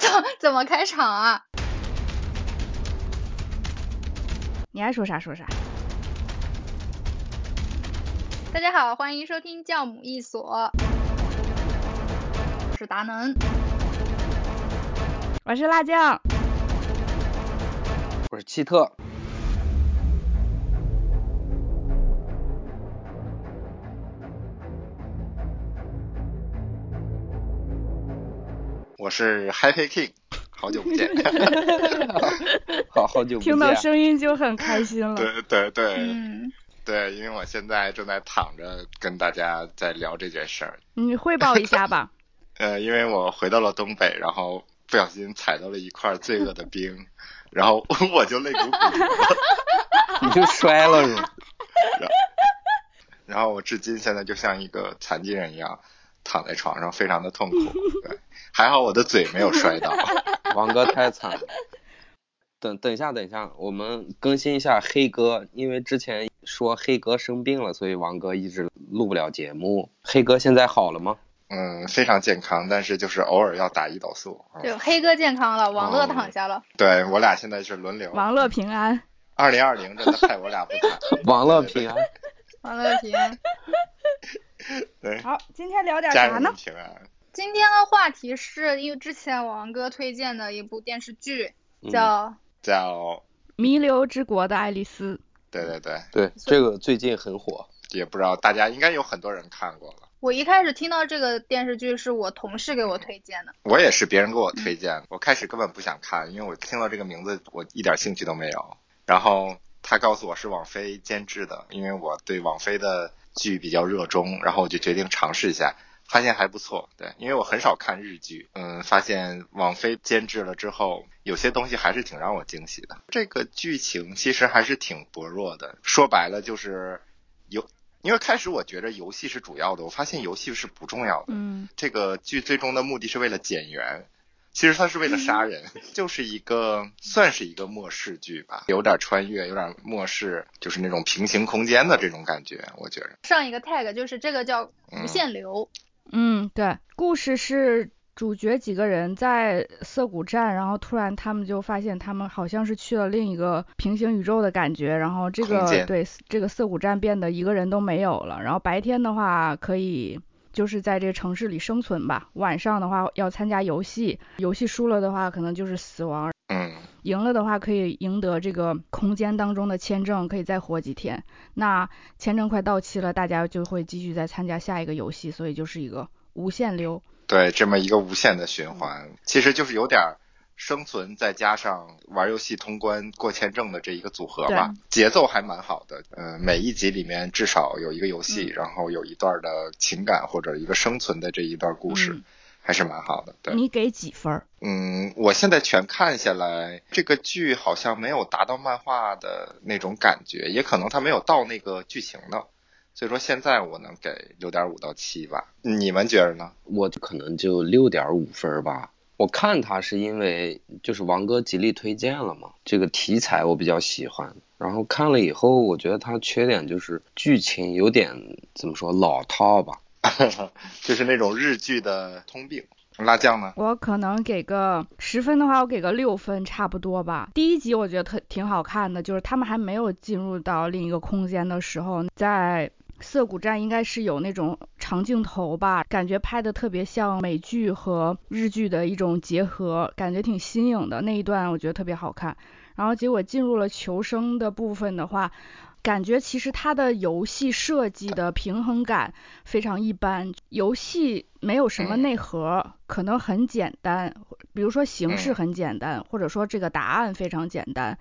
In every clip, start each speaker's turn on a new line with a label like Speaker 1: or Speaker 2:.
Speaker 1: 怎么开场啊？
Speaker 2: 你爱说啥说啥。
Speaker 1: 大家好，欢迎收听教母一所，我是达能。
Speaker 2: 我是辣酱，
Speaker 3: 我是奇特，
Speaker 4: 我是 Happy King，好久不见。
Speaker 3: 好好久不见
Speaker 2: 听。到声音就很开心了。
Speaker 4: 对对对
Speaker 1: 嗯，
Speaker 4: 对，因为我现在正在躺着跟大家在聊这件事儿。
Speaker 2: 你汇报一下 吧。
Speaker 4: 呃，因为我回到了东北，然后不小心踩到了一块罪恶的冰，然后我就肋骨骨折了。
Speaker 3: 你就摔了是吗？
Speaker 4: 然后我至今现在就像一个残疾人一样躺在床上，非常的痛苦。对，还好我的嘴没有摔到。
Speaker 3: 王哥太惨了。等等一下，等一下，我们更新一下黑哥，因为之前说黑哥生病了，所以王哥一直录不了节目。黑哥现在好了吗？
Speaker 4: 嗯，非常健康，但是就是偶尔要打胰岛素。嗯
Speaker 1: 对，黑哥健康了，网络躺下了。
Speaker 4: 对我俩现在是轮流。
Speaker 2: 王乐平安，
Speaker 4: 二零二零真的害我俩不 惨。
Speaker 3: 王乐平安。
Speaker 1: 网络体验。
Speaker 4: 对，
Speaker 2: 好，今天聊点
Speaker 4: 家
Speaker 2: 啥
Speaker 4: 人
Speaker 2: 呢
Speaker 4: 们？平安。
Speaker 1: 今天的话题是因为之前王哥推荐的一部电视剧，
Speaker 3: 嗯
Speaker 1: 叫
Speaker 4: 叫
Speaker 2: 弥留之国的爱丽丝，
Speaker 4: 对对对，
Speaker 3: 对，这个最近很火。
Speaker 4: 也不知道大家应该有很多人看过了，
Speaker 1: 我一开始听到这个电视剧是我同事给我推荐的，
Speaker 4: 我也是别人给我推荐，我开始根本不想看，因为我听到这个名字我一点兴趣都没有。然后他告诉我是网飞监制的，因为我对网飞的剧比较热衷，然后我就决定尝试一下。发现还不错，对，因为我很少看日剧，嗯，发现网飞监制了之后，有些东西还是挺让我惊喜的。这个剧情其实还是挺薄弱的，说白了就是游，因为开始我觉着游戏是主要的，我发现游戏是不重要的。
Speaker 2: 嗯，
Speaker 4: 这个剧最终的目的是为了减员，其实它是为了杀
Speaker 2: 嗯
Speaker 4: 人，就是一个算是一个末世剧吧，有点穿越，有点末世，就是那种平行空间的这种感觉，我觉着。
Speaker 1: 上一个 tag 就是这个叫无
Speaker 4: 嗯
Speaker 1: 限流，
Speaker 2: 嗯，对，故事是主角几个人在涩谷站，然后突然他们就发现他们好像是去了另一个平行宇宙的感觉，然后这
Speaker 4: 空
Speaker 2: 个
Speaker 4: 间
Speaker 2: 对这个涩谷站变得一个人都没有了，然后白天的话可以。就是在这个城市里生存吧。晚上的话要参加游戏，游戏输了的话可能就是死亡，
Speaker 4: 嗯，
Speaker 2: 赢了的话可以赢得这个空间当中的签证，可以再活几天。那签证快到期了，大家就会继续再参加下一个游戏，所以就是一个无限流。
Speaker 4: 对，这么一个无限的循环，其实就是有点儿生存再加上玩游戏通关过签证的这一个组合吧，节奏还蛮好的。嗯、每一集里面至少有一个游
Speaker 2: 嗯
Speaker 4: 戏，然后有一段的情感或者一个生存的这一段故事，
Speaker 2: 嗯
Speaker 4: 还是蛮好的。对，
Speaker 2: 你给几分儿？
Speaker 4: 嗯，我现在全看下来，这个剧好像没有达到漫画的那种感觉，也可能它没有到那个剧情呢。所以说现在我能给六点五到七吧，你们觉得呢？
Speaker 3: 我就可能就六点五分儿吧。我看它是因为就是王哥极力推荐了嘛，这个题材我比较喜欢。然后看了以后，我觉得它缺点就是剧情有点怎么说老套吧。
Speaker 4: 就是那种日剧的通病。辣酱呢？
Speaker 2: 我可能给个十分的话，我给个六分，差不多吧。第一集我觉得特挺好看的，就是他们还没有进入到另一个空间的时候，在涩谷站应该是有那种长镜头吧，感觉拍的特别像美剧和日剧的一种结合，感觉挺新颖的。那一段我觉得特别好看。然后结果进入了求生的部分的话，感觉其实它的游戏设计的平衡感非常一般，游戏没有什么内核，可能很简单，比如说形式
Speaker 4: 嗯
Speaker 2: 很简单，或者说这个答案非常简单，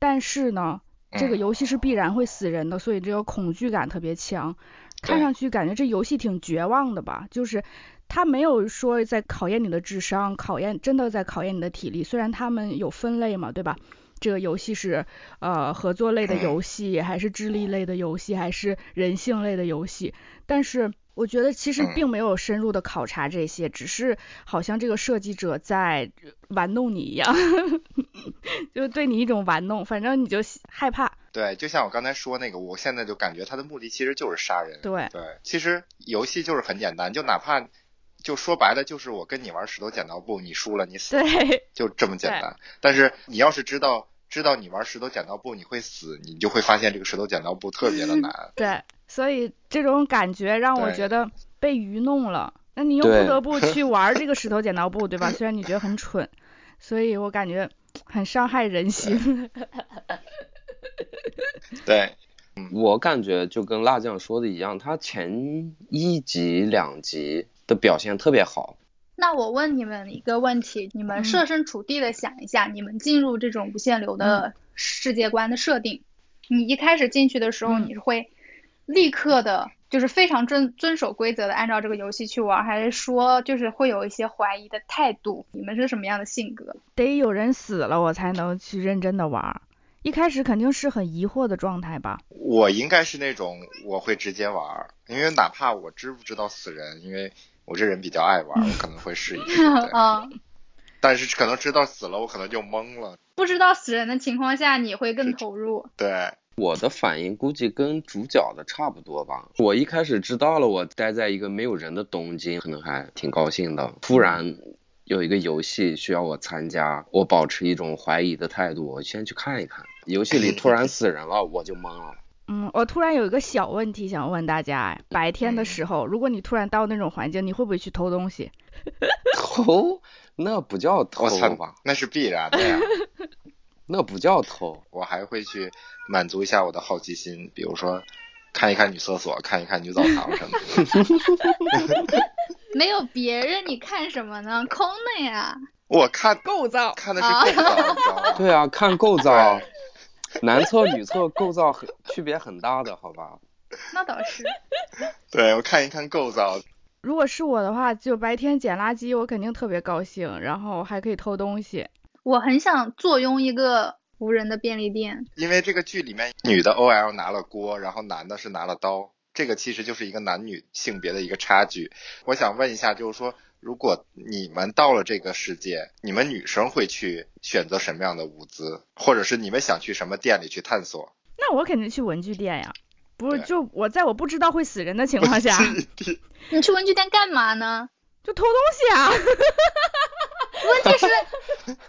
Speaker 2: 但是呢，这个
Speaker 4: 嗯
Speaker 2: 游戏是必然会死人的，所以这个恐惧感特别强。
Speaker 4: 对
Speaker 2: 看上去感觉这游戏挺绝望的吧，就是它没有说在考验你的智商，考验真的在考验你的体力。虽然他们有分类嘛，对吧？这个游戏是呃合作类的游戏，还是智力类的游戏，还是人性类的游戏？但是我觉得其实
Speaker 4: 嗯
Speaker 2: 并没有深入的考察这些，只是好像这个设计者在玩弄你一样， 就对你一种玩弄，反正你就害怕。
Speaker 4: 对，就像我刚才说那个，我现在就感觉它的目的其实就是杀人。
Speaker 2: 对
Speaker 4: 对，其实游戏就是很简单，就哪怕就说白了，就是我跟你玩石头剪刀布，你输了你死，
Speaker 2: 对，。
Speaker 4: 就这么简单。但是你要是知道知道你玩石头剪刀布你会死，你就会发现这个石头剪刀布特别的难
Speaker 2: 对，所以这种感觉让我
Speaker 4: 对
Speaker 2: 觉得被愚弄了。那你又
Speaker 3: 对
Speaker 2: 不得 不去玩这个石头剪刀布，对吧？虽然你觉得很蠢，所以我感觉很伤害人心。
Speaker 4: 对，
Speaker 3: 我感觉就跟辣酱说的一样，他前一集两集的表现特别好，
Speaker 1: 那我问你们一个问题，你们
Speaker 2: 嗯
Speaker 1: 设身处地的想一下，你们进入这种无限流
Speaker 2: 嗯
Speaker 1: 的世界观的设定，你一开始进去的时候，
Speaker 2: 嗯
Speaker 1: 你是会立刻的，就是非常遵遵守规则的按照这个游戏去玩，还是说就是会有一些怀疑的态度？你们是什么样的性格？
Speaker 2: 得有人死了，我才能去认真的玩儿。一开始肯定是很疑惑的状态吧？
Speaker 4: 我应该是那种我会直接玩儿，因为哪怕我知不知道死人，因为我这人比较爱玩儿，我可能会试一试。对
Speaker 1: 啊，
Speaker 4: 但是可能知道死了，我可能就懵了。
Speaker 1: 不知道死人的情况下，你会更投入。
Speaker 4: 对，
Speaker 3: 我的反应估计跟主角的差不多吧。我一开始知道了，我待在一个没有人的东京，可能还挺高兴的。突然有一个游戏需要我参加，我保持一种怀疑的态度，我先去看一看。游戏里突然死人了，我就懵 了。
Speaker 2: 嗯，我突然有一个小问题想问大家，哎，白天的时候，如果你突然到那种环境，你会不会去偷东西？
Speaker 3: 偷？那不叫偷
Speaker 4: 我操
Speaker 3: 吧？，
Speaker 4: 那是必然的呀。
Speaker 3: 那不叫偷。
Speaker 4: 我还会去满足一下我的好奇心，比如说看一看女厕所，看一看女澡堂什么的。
Speaker 1: 没有别人，你看什么呢？空的呀。
Speaker 4: 我看
Speaker 2: 构造
Speaker 4: 看的是构造，你知道吗？
Speaker 3: 对啊，看构 造，男厕女厕构造很区别很大的，好吧？
Speaker 1: 那倒是，
Speaker 4: 对，我看一看构造，
Speaker 2: 如果是我的话，就白天捡垃圾，我肯定特别高兴，然后还可以偷东西。
Speaker 1: 我很想坐拥一个无人的便利店。
Speaker 4: 因为这个剧里面女的 OL 拿了锅，然后男的是拿了刀，这个其实就是一个男女性别的一个差距。我想问一下，就是说，如果你们到了这个世界，你们女生会去选择什么样的物资，或者是你们想去什么店里去探索？
Speaker 2: 那我肯定去文具店呀，不是
Speaker 4: 对
Speaker 2: 就我在我不知道会死人的情况下
Speaker 1: 你去文具店干嘛呢？
Speaker 2: 就偷东西啊。
Speaker 1: 问题是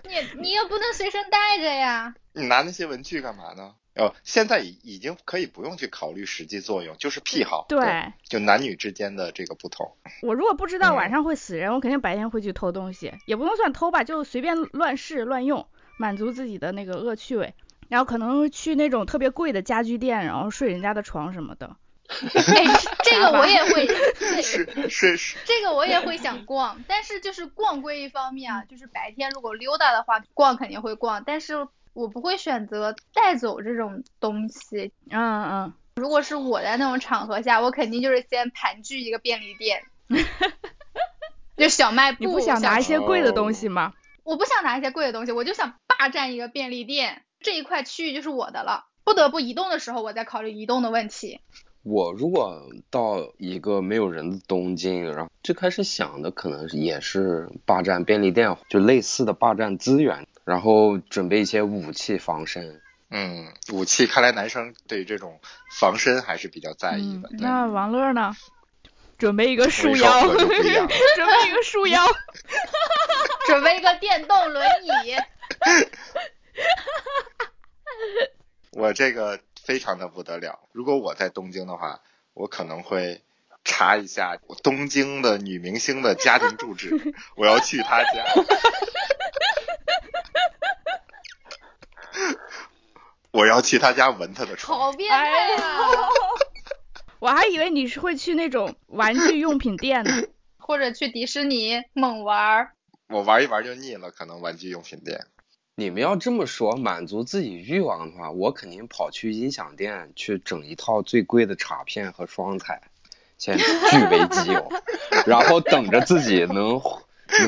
Speaker 1: 你你又不能随身带着 呀。
Speaker 4: 你拿那些文具干嘛呢？哦，现在已已经可以不用去考虑实际作用，就是癖好。
Speaker 2: 对
Speaker 4: 就男女之间的这个不同。
Speaker 2: 我如果不知道
Speaker 4: 嗯
Speaker 2: 晚上会死人，我肯定白天会去偷东西，也不能算偷吧，就随便乱试乱用，满足自己的那个恶趣味。然后可能去那种特别贵的家居店，然后睡人家的床什么的。
Speaker 1: 哎， 这个我也 会，对，
Speaker 4: 是是是，
Speaker 1: 这个我也会想逛，但是就是逛归一方面啊，就是白天如果溜达的话，逛肯定会逛，但是我不会选择带走这种东西。
Speaker 2: 嗯嗯，
Speaker 1: 如果是我在那种场合下，我肯定就是先盘踞一个便利 店，就小卖部。
Speaker 2: 你不想拿一些贵的东西
Speaker 4: 哦
Speaker 2: 吗？
Speaker 1: 我不想拿一些贵的东西，我就想霸占一个便利店，这一块区域就是我的了。不得不移动的时候，我再考虑移动的问题。
Speaker 3: 我如果到一个没有人的东京，然后最开始想的可能也是霸占便利店，就类似的霸占资源，然后准备一些武器防身。
Speaker 4: 嗯，武器看来男生对这种防身还是比较在意
Speaker 2: 嗯
Speaker 4: 的。，对
Speaker 2: 那王乐呢？准备一个
Speaker 4: 我
Speaker 2: 束
Speaker 4: 一说
Speaker 2: 腰，
Speaker 4: 我就不一样了。
Speaker 2: 准备一个束 腰。
Speaker 1: 准备一个电动轮椅，
Speaker 4: 我这个非常的不得了。如果我在东京的话，我可能会查一下东京的女明星的家庭住 址，我要去她家。 我要去她家闻她的床，
Speaker 1: 好变态啊！
Speaker 2: 哎我还以为你是会去那种玩具用品店 呢。
Speaker 1: 或者去迪士尼猛玩儿，
Speaker 4: 我玩一玩就腻了，可能玩具用品店。
Speaker 3: 你们要这么说，满足自己欲望的话，我肯定跑去音响店去整一套最贵的镲片和双踩，先据为己有，然后等着自己能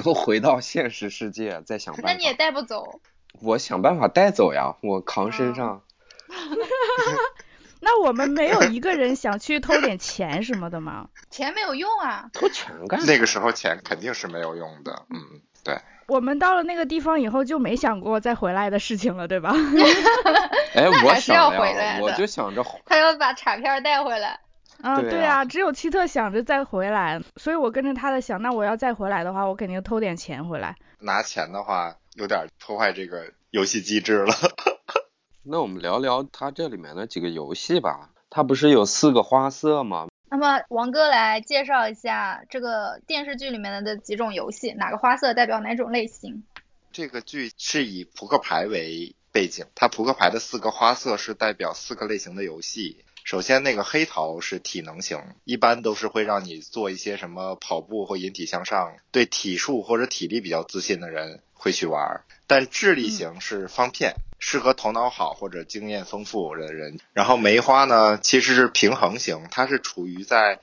Speaker 3: 能回到现实世界，再想办法。
Speaker 1: 那你也带不走。
Speaker 3: 我想办法带走呀，我扛
Speaker 1: 哦
Speaker 3: 身上。
Speaker 2: 那我们没有一个人想去偷点钱什么的吗？
Speaker 1: 钱没有用啊，
Speaker 3: 偷钱
Speaker 2: 嗯
Speaker 3: 干啥？
Speaker 4: 那个时候钱肯定是没有用的，嗯，对，
Speaker 2: 我们到了那个地方以后就没想过再回来的事情了，对吧？
Speaker 3: 哎，
Speaker 1: 那
Speaker 3: 我
Speaker 1: 还是要
Speaker 3: 想
Speaker 1: 回来
Speaker 3: 呀，
Speaker 1: 的
Speaker 3: 我就想着
Speaker 1: 他要把卡片带回来。
Speaker 2: 啊，
Speaker 4: 对
Speaker 2: 对
Speaker 4: 啊
Speaker 2: 啊，只有奇特想着再回来，所以我跟着他的想，那我要再回来的话，我肯定偷点钱回来。
Speaker 4: 拿钱的话，有点破坏这个游戏机制了。
Speaker 3: 那我们聊聊它这里面的几个游戏吧。它不是有四个花色吗？
Speaker 1: 那么王哥来介绍一下这个电视剧里面的几种游戏，哪个花色代表哪种类型？
Speaker 4: 这个剧是以扑克牌为背景，它扑克牌的四个花色是代表四个类型的游戏。首先，那个黑桃是体能型，一般都是会让你做一些什么跑步或引体向上，对体术或者体力比较自信的人会去玩儿。但智力型是方片，适合头脑好或者经验丰富的人。然后梅花呢，其实是平衡型，它是处于在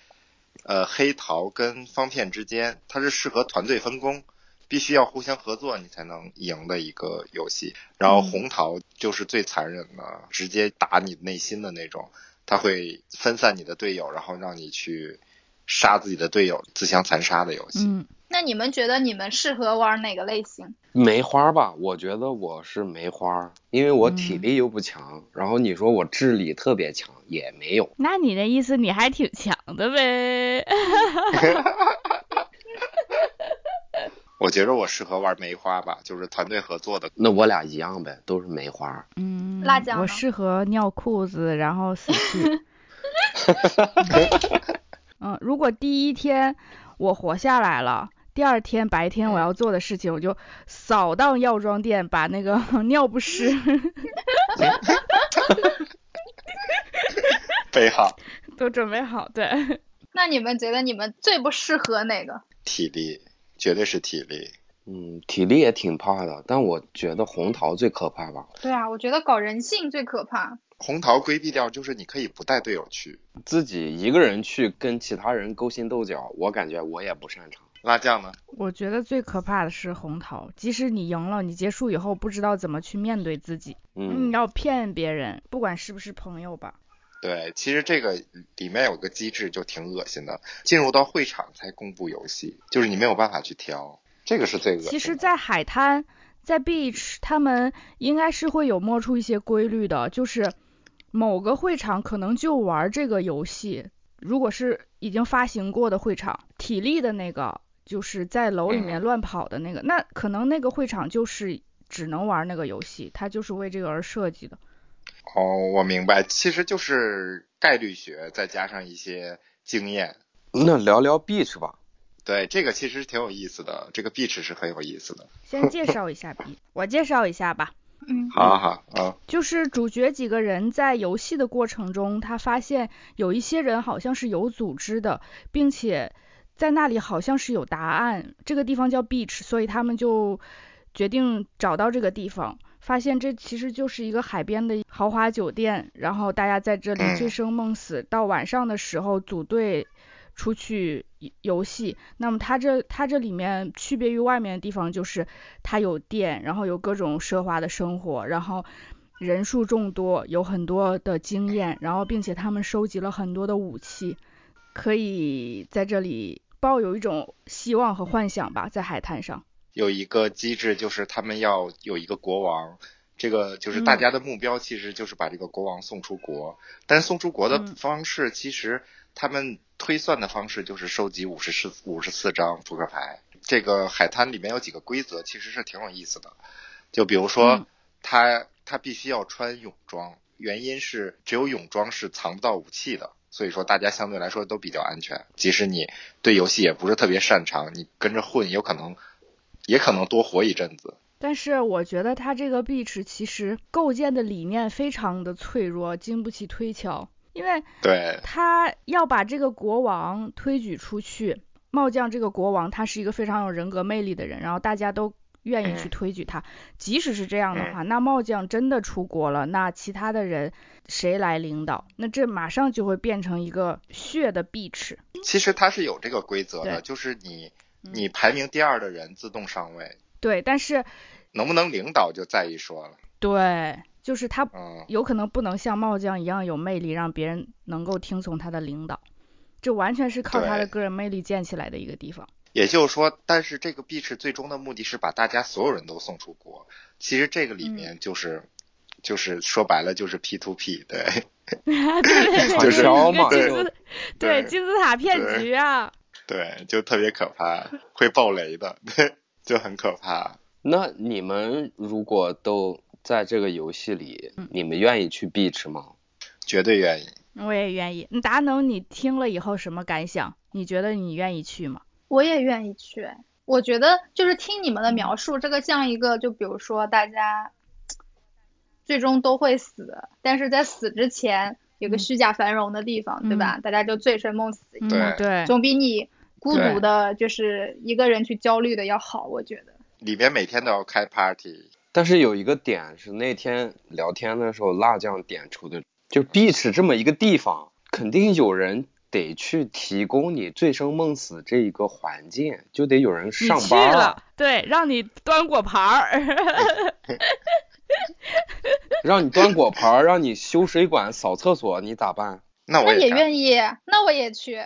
Speaker 4: 呃黑桃跟方片之间，它是适合团队分工，必须要互相合作你才能赢的一个游戏。然后红桃就是最残忍的，直接打你内心的那种，它会分散你的队友，然后让你去杀自己的队友，自相残杀的游戏。
Speaker 2: 嗯，
Speaker 1: 那你们觉得你们适合玩哪个类型？
Speaker 3: 梅花吧，我觉得我是梅花，因为我
Speaker 1: 嗯
Speaker 3: 体力又不强，然后你说我智力特别强也没有，
Speaker 2: 那你的意思你还挺强的呗？
Speaker 4: 我觉着我适合玩梅花吧，就是团队合作的。
Speaker 3: 那我俩一样呗，都是梅花。
Speaker 2: 嗯，
Speaker 1: 辣椒呢
Speaker 2: 我适合尿裤子，然后死去。嗯，如果第一天我活下来了，第二天白天我要做的事情，我就扫荡药妆店，把那个 尿不湿
Speaker 4: 背好
Speaker 2: 都准备好。对，
Speaker 1: 那你们觉得你们最不适合哪个？
Speaker 4: 体力，绝对是体力。
Speaker 3: 嗯，体力也挺怕的，但我觉得红桃最可怕吧，
Speaker 1: 对啊，我觉得搞人性最可怕。
Speaker 4: 红桃规避掉就是你可以不带队友去。
Speaker 3: 自己一个人去跟其他人勾心斗角，我感觉我也不擅长。嗯
Speaker 4: 辣酱呢？
Speaker 2: 我觉得最可怕的是红桃，即使你赢了，你结束以后不知道怎么去面对自己，你
Speaker 3: 嗯，
Speaker 2: 要骗别人，不管是不是朋友吧。
Speaker 4: 对，其实这个里面有个机制就挺恶心的，进入到会场才公布游戏，就是你没有办法去挑，这个是最恶心的。
Speaker 2: 其实，在海滩，在 beach，他们应该是会有摸出一些规律的，就是某个会场可能就玩这个游戏，如果是已经发行过的会场，体力的那个，就是在楼里面乱跑的那个，那可能那个会场就是只能玩那个游戏，它就是为这个而设计的。
Speaker 4: 哦，我明白，其实就是概率学再加上一些经验。
Speaker 3: 那聊聊 beach 吧，
Speaker 4: 对，这个其实挺有意思的，这个 beach 是很有意思的。
Speaker 2: 先介绍一下 B，我介绍一下吧。
Speaker 1: 嗯，
Speaker 4: 好好啊，
Speaker 2: 就是主角几个人在游戏的过程中，他发现有一些人好像是有组织的，并且在那里好像是有答案。这个地方叫 beach，所以他们就决定找到这个地方。发现这其实就是一个海边的豪华酒店，然后大家在这里
Speaker 4: 嗯
Speaker 2: 醉生梦死，到晚上的时候组队出去游游戏。那么它这它这里面区别于外面的地方就是它有店，然后有各种奢华的生活，然后人数众多，有很多的经验，然后并且他们收集了很多的武器，可以在这里抱有一种希望和幻想吧，在海滩上。
Speaker 4: 有一个机制就是他们要有一个国王，这个就是大家的目标其实就是把这个国王送出国，但是送出国的
Speaker 2: 嗯
Speaker 4: 方式其实他们推算的方式就是收集五十四五十四张扑克牌。这个海滩里面有几个规则其实是挺有意思的，就比如
Speaker 2: 嗯
Speaker 4: 说他他必须要穿泳装，原因是只有泳装是藏不到武器的。所以说，大家相对来说都比较安全。即使你对游戏也不是特别擅长，你跟着混有可能也可能多活一阵子。
Speaker 2: 但是我觉得它这个 beach 其实构建的理念非常的脆弱，经不起推敲，因为
Speaker 4: 对，
Speaker 2: 他要把这个国王推举出去。帽将这个国王，他是一个非常有人格魅力的人，然后大家都愿意去
Speaker 4: 嗯
Speaker 2: 推举他。即使是这样的话，那帽将真的出国了，那其他的人谁来领导？那这马上就会变成一个血的 beach。
Speaker 4: 其实它是有这个规则的，
Speaker 2: 嗯对
Speaker 4: 就是你
Speaker 2: 嗯
Speaker 4: 你排名第二的人自动上位，
Speaker 2: 对，但是
Speaker 4: 能不能领导就再一说了。
Speaker 2: 对，就是他
Speaker 4: 嗯，
Speaker 2: 有可能不能像帽将一样有魅力，让别人能够听从他的领导。这完全是靠他的
Speaker 4: 对
Speaker 2: 个人魅力建起来的一个地方。
Speaker 4: 也就是说，但是这个 beach 最终的目的是把大家所有人都送出
Speaker 1: 嗯
Speaker 4: 国。其实这个里面就是、就是说白了就是 P to P，对，
Speaker 2: 对对对，
Speaker 3: 就是烧
Speaker 2: 一
Speaker 3: 嘛
Speaker 2: 个金
Speaker 4: 对
Speaker 2: 字，对
Speaker 4: 对
Speaker 2: 金字塔骗
Speaker 4: 对
Speaker 2: 局啊，
Speaker 4: 对，就特别可怕，会爆雷的， 对，就很可怕。
Speaker 3: 那你们如果都在这个游戏里，
Speaker 2: 嗯
Speaker 3: 你们愿意去 beach 吗？
Speaker 4: 绝对愿意，
Speaker 2: 我也愿意。达能，你听了以后什么感想？你觉得你愿意去吗？
Speaker 1: 我也愿意去。我觉得就是听你们的描述，这个像一个，就比如说大家最终都会死，但是在死之前有个
Speaker 2: 嗯
Speaker 1: 虚假繁荣的地方，对吧？大家就醉生梦死一样，
Speaker 2: 嗯，
Speaker 4: 对
Speaker 2: 对，
Speaker 1: 总比你孤独
Speaker 4: 对
Speaker 1: 的，就是一个人去焦虑的要好，我觉得。
Speaker 4: 里边每天都要开 party，
Speaker 3: 但是有一个点是那天聊天的时候辣酱点出的，就 beach 这么一个地方，肯定有人得去提供你醉生梦死这一个环境，就得有人
Speaker 2: 你
Speaker 3: 上
Speaker 2: 去
Speaker 3: 班
Speaker 2: 了，对，让你端果盘儿，
Speaker 3: 让你端果盘儿，让你修水管、扫厕所，你咋办？
Speaker 4: 那
Speaker 1: 那
Speaker 4: 我
Speaker 1: 也
Speaker 4: 干
Speaker 1: 愿意，那我也去。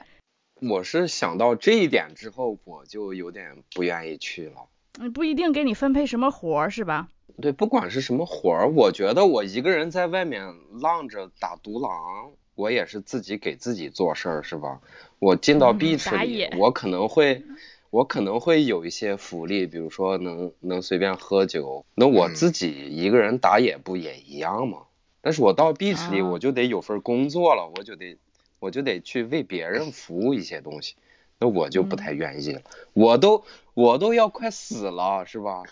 Speaker 3: 我是想到这一点之后，我就有点不愿意去了。
Speaker 2: 你不一定给你分配什么活儿是吧？
Speaker 3: 对，不管是什么活儿，我觉得我一个人在外面浪着打独狼，我也是自己给自己做事儿，是吧？我进到
Speaker 2: 嗯
Speaker 3: beach
Speaker 2: 打
Speaker 3: 里
Speaker 2: 野，
Speaker 3: 我可能会，我可能会有一些福利，比如说能能随便喝酒。那我
Speaker 4: 嗯
Speaker 3: 自己一个人打野不也一样吗？但是我到 beach 里，
Speaker 2: 啊
Speaker 3: 我就得有份工作了，我就得我就得去为别人服务一些东西，那我就
Speaker 2: 嗯
Speaker 3: 不太愿意了。我都我都要快死了，是吧？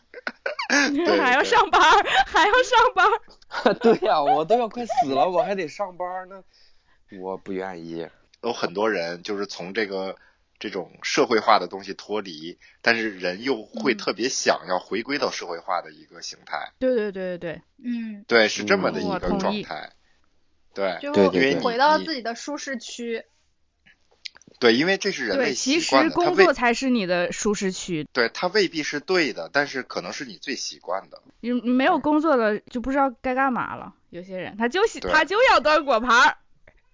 Speaker 2: 还要
Speaker 4: 对
Speaker 2: 上班儿， 还要上班儿，
Speaker 3: 对呀、我都要快死了，我还得上班儿呢，我不愿意。
Speaker 4: 有很多人就是从这个这种社会化的东西脱离，但是人又会
Speaker 1: 嗯
Speaker 4: 特别想要回归到社会化的一个形态，
Speaker 2: 对对对对对，
Speaker 1: 嗯，
Speaker 4: 对，是这么
Speaker 3: 嗯
Speaker 4: 的一
Speaker 2: 我
Speaker 4: 个
Speaker 2: 同
Speaker 4: 状
Speaker 2: 意
Speaker 4: 态。对
Speaker 1: 就
Speaker 3: 对对对
Speaker 1: 回到
Speaker 4: 你
Speaker 1: 自己的舒适区。
Speaker 4: 对，因为这是人类
Speaker 2: 对，其
Speaker 4: 习
Speaker 2: 实
Speaker 4: 惯的，他
Speaker 2: 工
Speaker 4: 未
Speaker 2: 作才是你的舒适区，
Speaker 4: 对他未必是对的，但是可能是你最习惯 的。
Speaker 2: 你你没有工作了就不知道该干嘛了。有些人他就喜
Speaker 4: 对
Speaker 2: 他就要端果盘儿，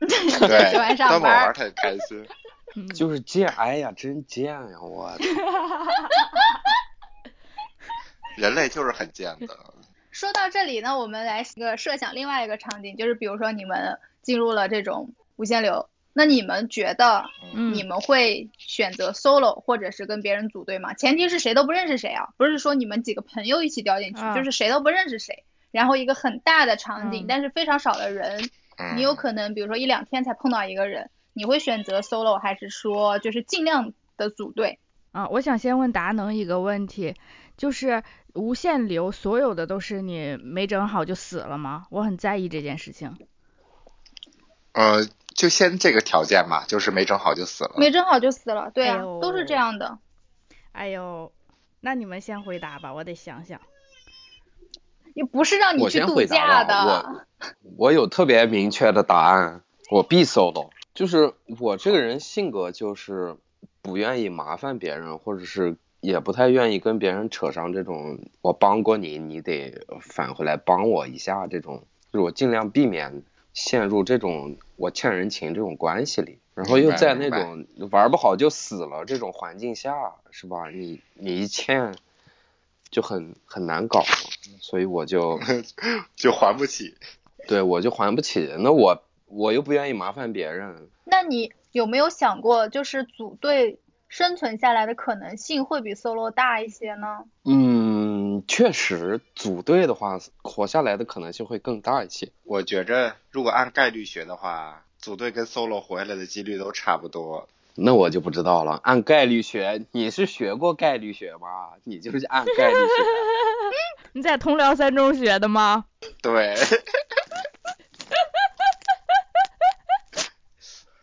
Speaker 4: 对，
Speaker 1: 喜欢上
Speaker 4: 端午
Speaker 1: 班儿
Speaker 4: 玩儿太开心。
Speaker 2: 嗯
Speaker 3: 就是贱，哎呀，真贱呀！我操
Speaker 4: 人类就是很贱的，
Speaker 1: 说到这里呢，我们来一个设想另外一个场景，就是比如说你们进入了这种无限流，那你们觉得
Speaker 2: 嗯
Speaker 1: 你们会选择 solo 或者是跟别人组队吗？前提是谁都不认识谁啊，不是说你们几个朋友一起掉进去，
Speaker 2: 啊
Speaker 1: 就是谁都不认识谁。然后一个很大的场景，
Speaker 2: 嗯
Speaker 1: 但是非常少的人，
Speaker 4: 嗯、
Speaker 1: 你有可能比如说一两天才碰到一个人，你会选择 solo 还是说就是尽量的组队？
Speaker 2: 啊，我想先问达能一个问题，就是无限流所有的都是你没整好就死了吗？我很在意这件事情。
Speaker 4: 呃，就先这个条件嘛，就是没整好就死了。
Speaker 3: 啊
Speaker 1: 没整好就死了，对
Speaker 2: 哎
Speaker 1: 啊，
Speaker 2: 呦
Speaker 1: 都是这样的。
Speaker 2: 哎呦，那你们先回答吧，我得想想。
Speaker 1: 也不是让你
Speaker 3: 我
Speaker 1: 去
Speaker 3: 先
Speaker 1: 度
Speaker 3: 回答
Speaker 1: 假
Speaker 3: 吧，
Speaker 1: 的，
Speaker 3: 我我有特别明确的答案，我必 solo。就是我这个人性格就是不愿意麻烦别人，或者是也不太愿意跟别人扯上这种我帮过你，你得返回来帮我一下这种，就是我尽量避免陷入这种我欠人情这种关系里。然后又在那种玩不好就死了这种环境下，是吧？你你一欠就很很难搞，所以我就
Speaker 4: 就还不起。
Speaker 3: 对，我就还不起。那我我又不愿意麻烦别人，
Speaker 1: 那你有没有想过，就是组队生存下来的可能性会比 solo 大一些呢？
Speaker 3: 嗯，确实组队的话，活下来的可能性会更大一些。
Speaker 4: 我觉着，如果按概率学的话，组队跟 solo 活下来的几率都差不多。
Speaker 3: 那我就不知道了。按概率学，你是学过概率学吗？你就是按概率学。
Speaker 2: 你在通辽三中学的吗？
Speaker 4: 对。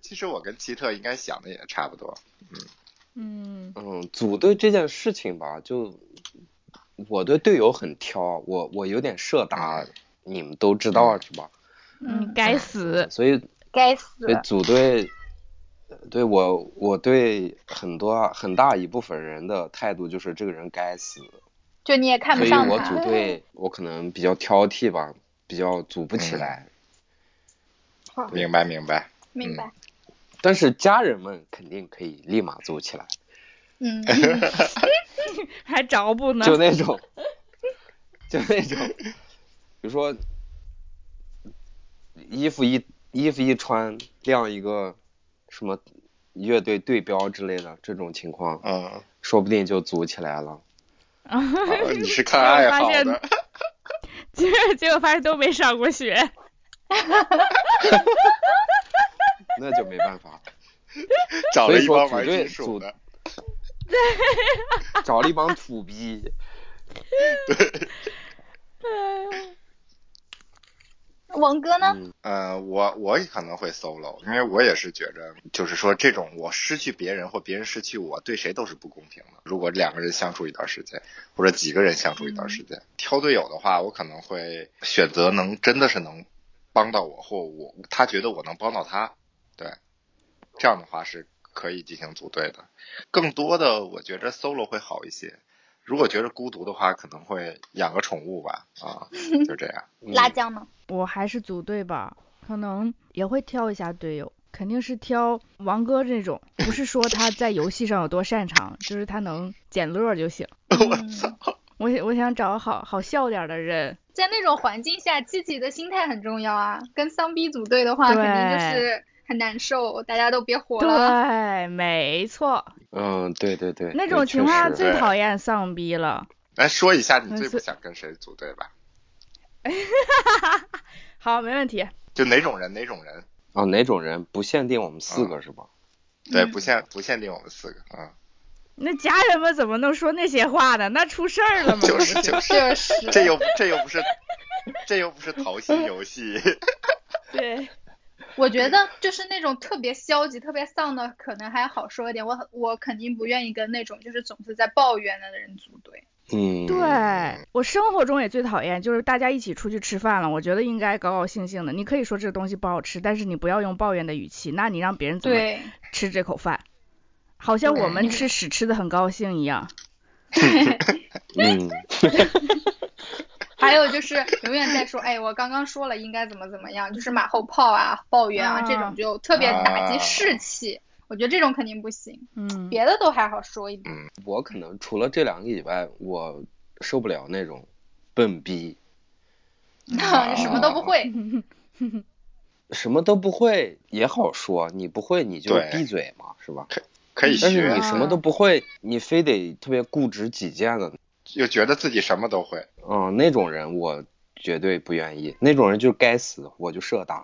Speaker 4: 其实我跟奇特应该想的也差不多。
Speaker 2: 嗯，
Speaker 3: 嗯，组队这件事情吧，就我对队友很挑，我我有点社达，你们都知道是吧？
Speaker 2: 你，嗯该死。
Speaker 3: 所以
Speaker 1: 嗯该死
Speaker 3: 所以。组队，呃对我我对很多很大一部分人的态度就是这个人该死，
Speaker 1: 就你也看不
Speaker 3: 所以
Speaker 1: 上
Speaker 3: 我
Speaker 1: 他
Speaker 3: 组。队我可能比较挑剔吧，比较组不起来。
Speaker 1: 好，
Speaker 4: 明白，明白。
Speaker 3: 嗯
Speaker 1: 明白。
Speaker 3: 但是家人们肯定可以立马组起来，
Speaker 1: 嗯，
Speaker 2: 还着不呢。
Speaker 3: 就那种，就那种，比如说衣服一衣服一穿亮一个什么乐队对标之类的这种情况，
Speaker 4: 嗯，
Speaker 3: 说不定就组起来了。
Speaker 4: 啊你是看爱好
Speaker 2: 我
Speaker 4: 的
Speaker 2: 发，结果结果发现都没上过学，
Speaker 3: 那就没办法，
Speaker 4: 找了一帮
Speaker 3: 所以说组
Speaker 4: 玩
Speaker 3: 队
Speaker 4: 艺术的，
Speaker 3: 找了一帮土逼。
Speaker 1: 王哥呢？
Speaker 3: 嗯，
Speaker 4: 呃，我我可能会 solo，因为我也是觉着，就是说这种我失去别人或别人失去我，对谁都是不公平的。如果两个人相处一段时间，或者几个人相处一段时间，挑队友的话，我可能会选择能真的是能帮到我，或我他觉得我能帮到他，对，这样的话是可以进行组队的。更多的我觉着 solo 会好一些。如果觉着孤独的话，可能会养个宠物吧，啊，就这样。
Speaker 3: 嗯
Speaker 1: 辣酱 呢？
Speaker 2: 我还是组队吧，可能也会挑一下队友，肯定是挑王哥这种，不是说他在游戏上有多擅长，就是他能捡乐儿就行。
Speaker 1: 嗯，
Speaker 2: 我想我想找好好笑点儿的人，
Speaker 1: 在那种环境下，积极的心态很重要啊。跟丧逼组队的话，
Speaker 2: 对
Speaker 1: 肯定就是很难受，大家都别活了。
Speaker 2: 对，没错，
Speaker 3: 嗯，对对对，
Speaker 2: 那
Speaker 3: 对
Speaker 2: 种
Speaker 3: 确
Speaker 2: 情况下
Speaker 3: 实
Speaker 2: 最
Speaker 4: 对
Speaker 2: 讨厌丧逼了。
Speaker 4: 来说一下你最
Speaker 2: 嗯所
Speaker 4: 不
Speaker 2: 以
Speaker 4: 想跟谁组队吧？
Speaker 2: 好，没问题。
Speaker 4: 就哪种人哪种人，
Speaker 3: 啊，哪种人不限定我们四个是吧？
Speaker 4: 对，
Speaker 1: 嗯
Speaker 4: 不限不限定我们四个啊，
Speaker 2: 那家人们怎么能说那些话呢？那出事儿 了吗？
Speaker 4: 就是就是，
Speaker 1: 确实，
Speaker 4: 这又这又不是这又不是淘系游戏，
Speaker 2: 对，
Speaker 1: 我觉得就是那种特别消极、特别丧的，可能还好说一点。我很我肯定不愿意跟那种就是总是在抱怨的人组队。
Speaker 3: 嗯，
Speaker 2: 对我生活中也最讨厌，就是大家一起出去吃饭了，我觉得应该高高兴兴的。你可以说这个东西不好吃，但是你不要用抱怨的语气，那你让别人怎么
Speaker 1: 对，
Speaker 2: 吃这口饭？好像我们
Speaker 1: 对
Speaker 2: 吃屎吃的很高兴一样。
Speaker 3: 嗯，
Speaker 1: 还有就是永远在说，哎，我刚刚说了应该怎么怎么样，就是马后炮啊、抱怨啊
Speaker 2: 啊
Speaker 1: 这种就特别打
Speaker 4: 啊
Speaker 1: 击士气。我觉得这种肯定不行，
Speaker 2: 嗯，
Speaker 1: 别的都还好说一点。
Speaker 3: 我可能除了这两个以外，我受不了那种笨逼，
Speaker 2: 嗯
Speaker 1: 那什么
Speaker 2: 哦
Speaker 1: 都不会，
Speaker 3: 什么都不会也好说，你不会你就
Speaker 4: 对
Speaker 3: 闭嘴嘛，是吧？
Speaker 4: 可以
Speaker 3: 但是
Speaker 4: 学
Speaker 3: 你，什么都不会，你非得特别固执己见的，
Speaker 4: 又觉得自己什么都会，
Speaker 3: 嗯，那种人我绝对不愿意，那种人就该死，我就射他。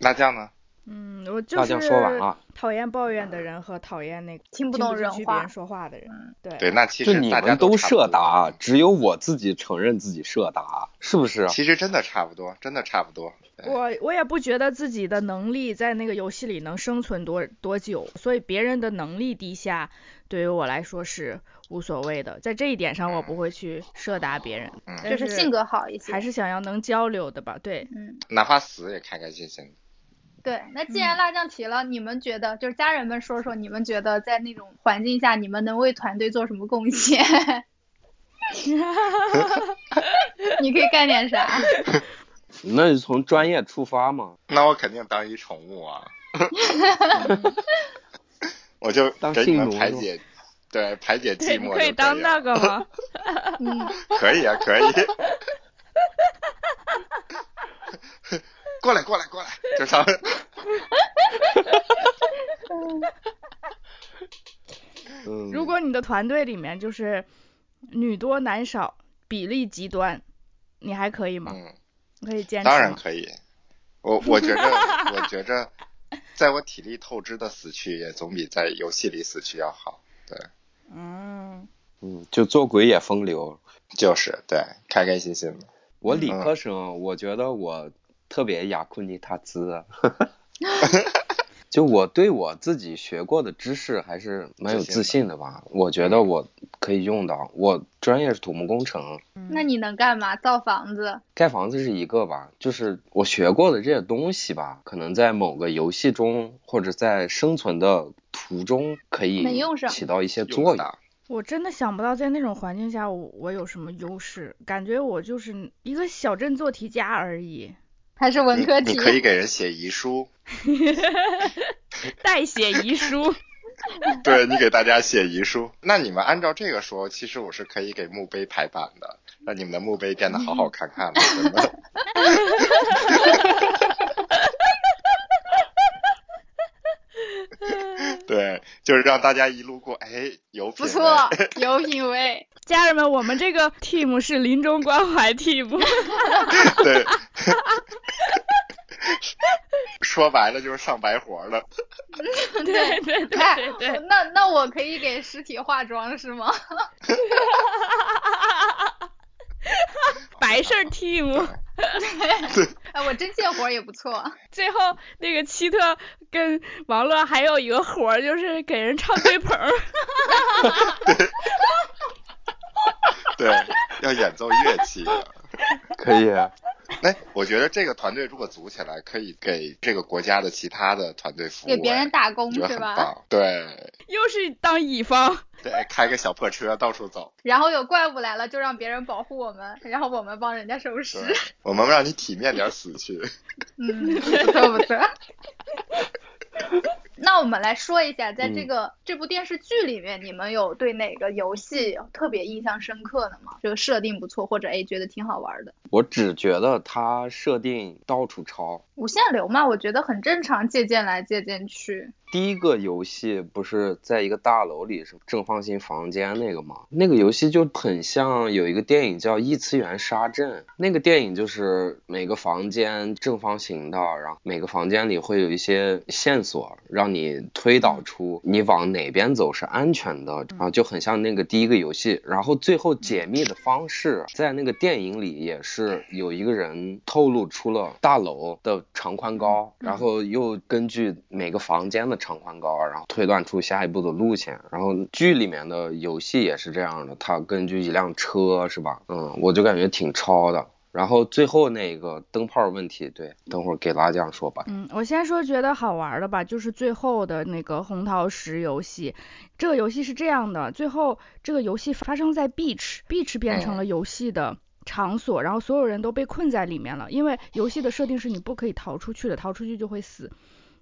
Speaker 4: 辣酱呢？
Speaker 2: 嗯，我就
Speaker 3: 辣
Speaker 2: 是
Speaker 3: 酱说完了，
Speaker 2: 讨厌抱怨的人和讨厌那个
Speaker 1: 听
Speaker 2: 不
Speaker 1: 不懂
Speaker 2: 进
Speaker 1: 人
Speaker 2: 去别
Speaker 1: 话
Speaker 2: 人。说话的人。对，
Speaker 4: 对，那其
Speaker 3: 就
Speaker 4: 实
Speaker 3: 你
Speaker 4: 大家
Speaker 3: 们都
Speaker 4: 差不多
Speaker 3: 射达，，只有我自己承认自己射达，是不是？
Speaker 4: 其实真的差不多，真的差不多。对
Speaker 2: 我我也不觉得自己的能力在那个游戏里能生存多多久，所以别人的能力低下对于我来说是无所谓的，在这一点上我不会去射达别人，
Speaker 4: 嗯
Speaker 2: 但
Speaker 1: 就是性格好一些，
Speaker 2: 还是想要能交流的吧，对，
Speaker 1: 嗯，
Speaker 4: 哪怕死也开开心心。
Speaker 1: 对。那
Speaker 2: 嗯
Speaker 1: 既然辣酱提了，你们觉得就是家人们说说，你们觉得在那种环境下，你们能为团队做什么贡献？ 你可以干点 啥？
Speaker 3: 那就从专业出发嘛。
Speaker 4: 那我肯定当一宠物啊，我就
Speaker 3: 当
Speaker 4: 给你
Speaker 3: 性奴
Speaker 4: 们
Speaker 3: 是
Speaker 4: 排
Speaker 3: 吧
Speaker 4: 解，对排解
Speaker 2: 对，
Speaker 4: 寂
Speaker 2: 你
Speaker 4: 寞
Speaker 2: 可以
Speaker 4: 就
Speaker 2: 当
Speaker 4: 以
Speaker 2: 那
Speaker 4: 了
Speaker 2: 个吗？
Speaker 1: 嗯，
Speaker 4: 可以啊，可以。过来，过来，过来，就他们
Speaker 3: 嗯，
Speaker 2: 如果你的团队里面就是女多男少，比例极端，你还可以吗？
Speaker 4: 嗯，
Speaker 2: 你可以坚持吗？
Speaker 4: 当然可以。我我觉着，我觉着，在我体力透支的死去，也总比在游戏里死去要好。对，
Speaker 2: 嗯，
Speaker 3: 嗯，就做鬼也风流。
Speaker 4: 就是对，开开心心的。
Speaker 3: 我理
Speaker 4: 嗯
Speaker 3: 科生，我觉得我特别雅库尼塔 兹，就我对我自己学过的知识还是蛮有自信的吧。我觉
Speaker 4: 嗯
Speaker 3: 得我可以用到。我专业是土木工程，
Speaker 1: 那你能干嘛？造房子？
Speaker 3: 盖房子是一个吧，就是我学过的这些东西吧，可能在某个游戏中或者在生存的途中可以
Speaker 1: 能用上
Speaker 3: 起到一些作
Speaker 4: 用
Speaker 3: 用。
Speaker 4: 的
Speaker 2: 我真的想不到在那种环境下我我有什么优势，感觉我就是一个小镇做题家而已，
Speaker 1: 还是文科
Speaker 4: 你
Speaker 1: 题？
Speaker 4: 可以给人写遗书，
Speaker 2: 代写遗书。
Speaker 4: 对你给大家写遗书。那你们按照这个说，其实我是可以给墓碑排版的，让你们的墓碑变得好好看 看吧，真的。对，就是让大家一路过，哎，有品
Speaker 1: 不
Speaker 4: 味
Speaker 1: 错，有品位。
Speaker 2: 家人们，我们这个 team 是临终关怀 team，
Speaker 4: 对， 说白了就是上白活 了。
Speaker 2: 对对对
Speaker 1: 哎
Speaker 2: 对对，
Speaker 1: 那那我可以给尸体化妆是吗？
Speaker 2: 白事儿 team。
Speaker 1: 哎，我针线活儿也不错。
Speaker 2: 最后那个奇特跟王乐还有一个活儿，就是给人唱对 棚儿，
Speaker 4: 对，要演奏乐器的。
Speaker 3: 可以啊，
Speaker 4: 哎，我觉得这个团队如果组起来，可以给这个国家的其他的团队服务，哎
Speaker 1: 给别人打工
Speaker 4: 我觉得
Speaker 1: 是
Speaker 4: 很
Speaker 1: 吧？
Speaker 4: 棒。对，
Speaker 2: 又是当乙方。
Speaker 4: 对，开个小破车到处走。
Speaker 1: 然后有怪物来了，就让别人保护我们，然后我们帮人家收尸
Speaker 4: 对。， 我们让你体面点死去。
Speaker 1: 嗯，不错不错。那我们来说一下，在这
Speaker 4: 嗯
Speaker 1: 个、这部电视剧里面，你们有对哪个游戏特别印象深刻的吗？这个设定不错，或者哎觉得挺好玩的。
Speaker 3: 我只觉得它设定到处抄。
Speaker 1: 无限流嘛，我觉得很正常，借鉴来借鉴去。
Speaker 3: 第一个游戏不是在一个大楼里是郑放新房间那个吗？那个游戏就很像有一个电影叫《异次元杀阵》，那个电影就是每个房间正方形的，然后每个房间里会有一些线索，让你推导出你往哪边走是安全的，然后就很像那个第一个游戏。然后最
Speaker 4: 嗯
Speaker 3: 后解密的方式，在那个电影里也是有一个人透露出了大楼的长宽高，
Speaker 4: 嗯
Speaker 3: 然后又根据每个房间的长宽高，然后推断出下一步的路线。然后剧里面的游戏也是这样的，它根据一辆车是吧？嗯，我就感觉挺超的。然后最后那个灯泡问题，对，等会儿给拉酱 说吧。
Speaker 2: 嗯，我先说觉得好玩儿的吧，就是最后的那个红桃十游戏。这个游戏是这样的，最后这个游戏发生在 beach，beach 变成了游戏的。场所，然后所有人都被困在里面了，因为游戏的设定是你不可以逃出去的，逃出去就会死。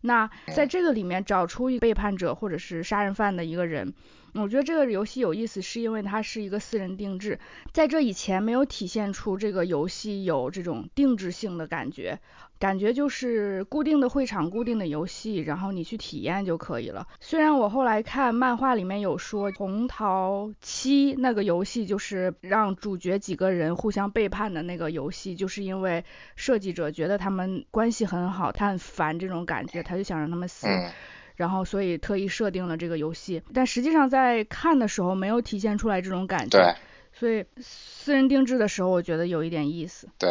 Speaker 2: 那在这个里面找出一个背叛者或者是杀人犯的一个人，我觉得这个游戏有意思，是因为它是一个私人定制，在这以前没有体现出这个游戏有这种定制性的感觉，感觉就是固定的会场、固定的游戏，然后你去体验就可以了。虽然我后来看漫画里面有说，红桃七那个游戏就是让主角几个人互相背叛的那个游戏，就是因为设计者觉得他们关系很好，他很烦这种感觉，他就想让他们死。
Speaker 4: 嗯，
Speaker 2: 然后所以特意设定了这个游戏，但实际上在看的时候没有体现出来这种感觉，
Speaker 4: 对
Speaker 2: 所以私人定制的时候我觉得有一点意思。
Speaker 4: 对，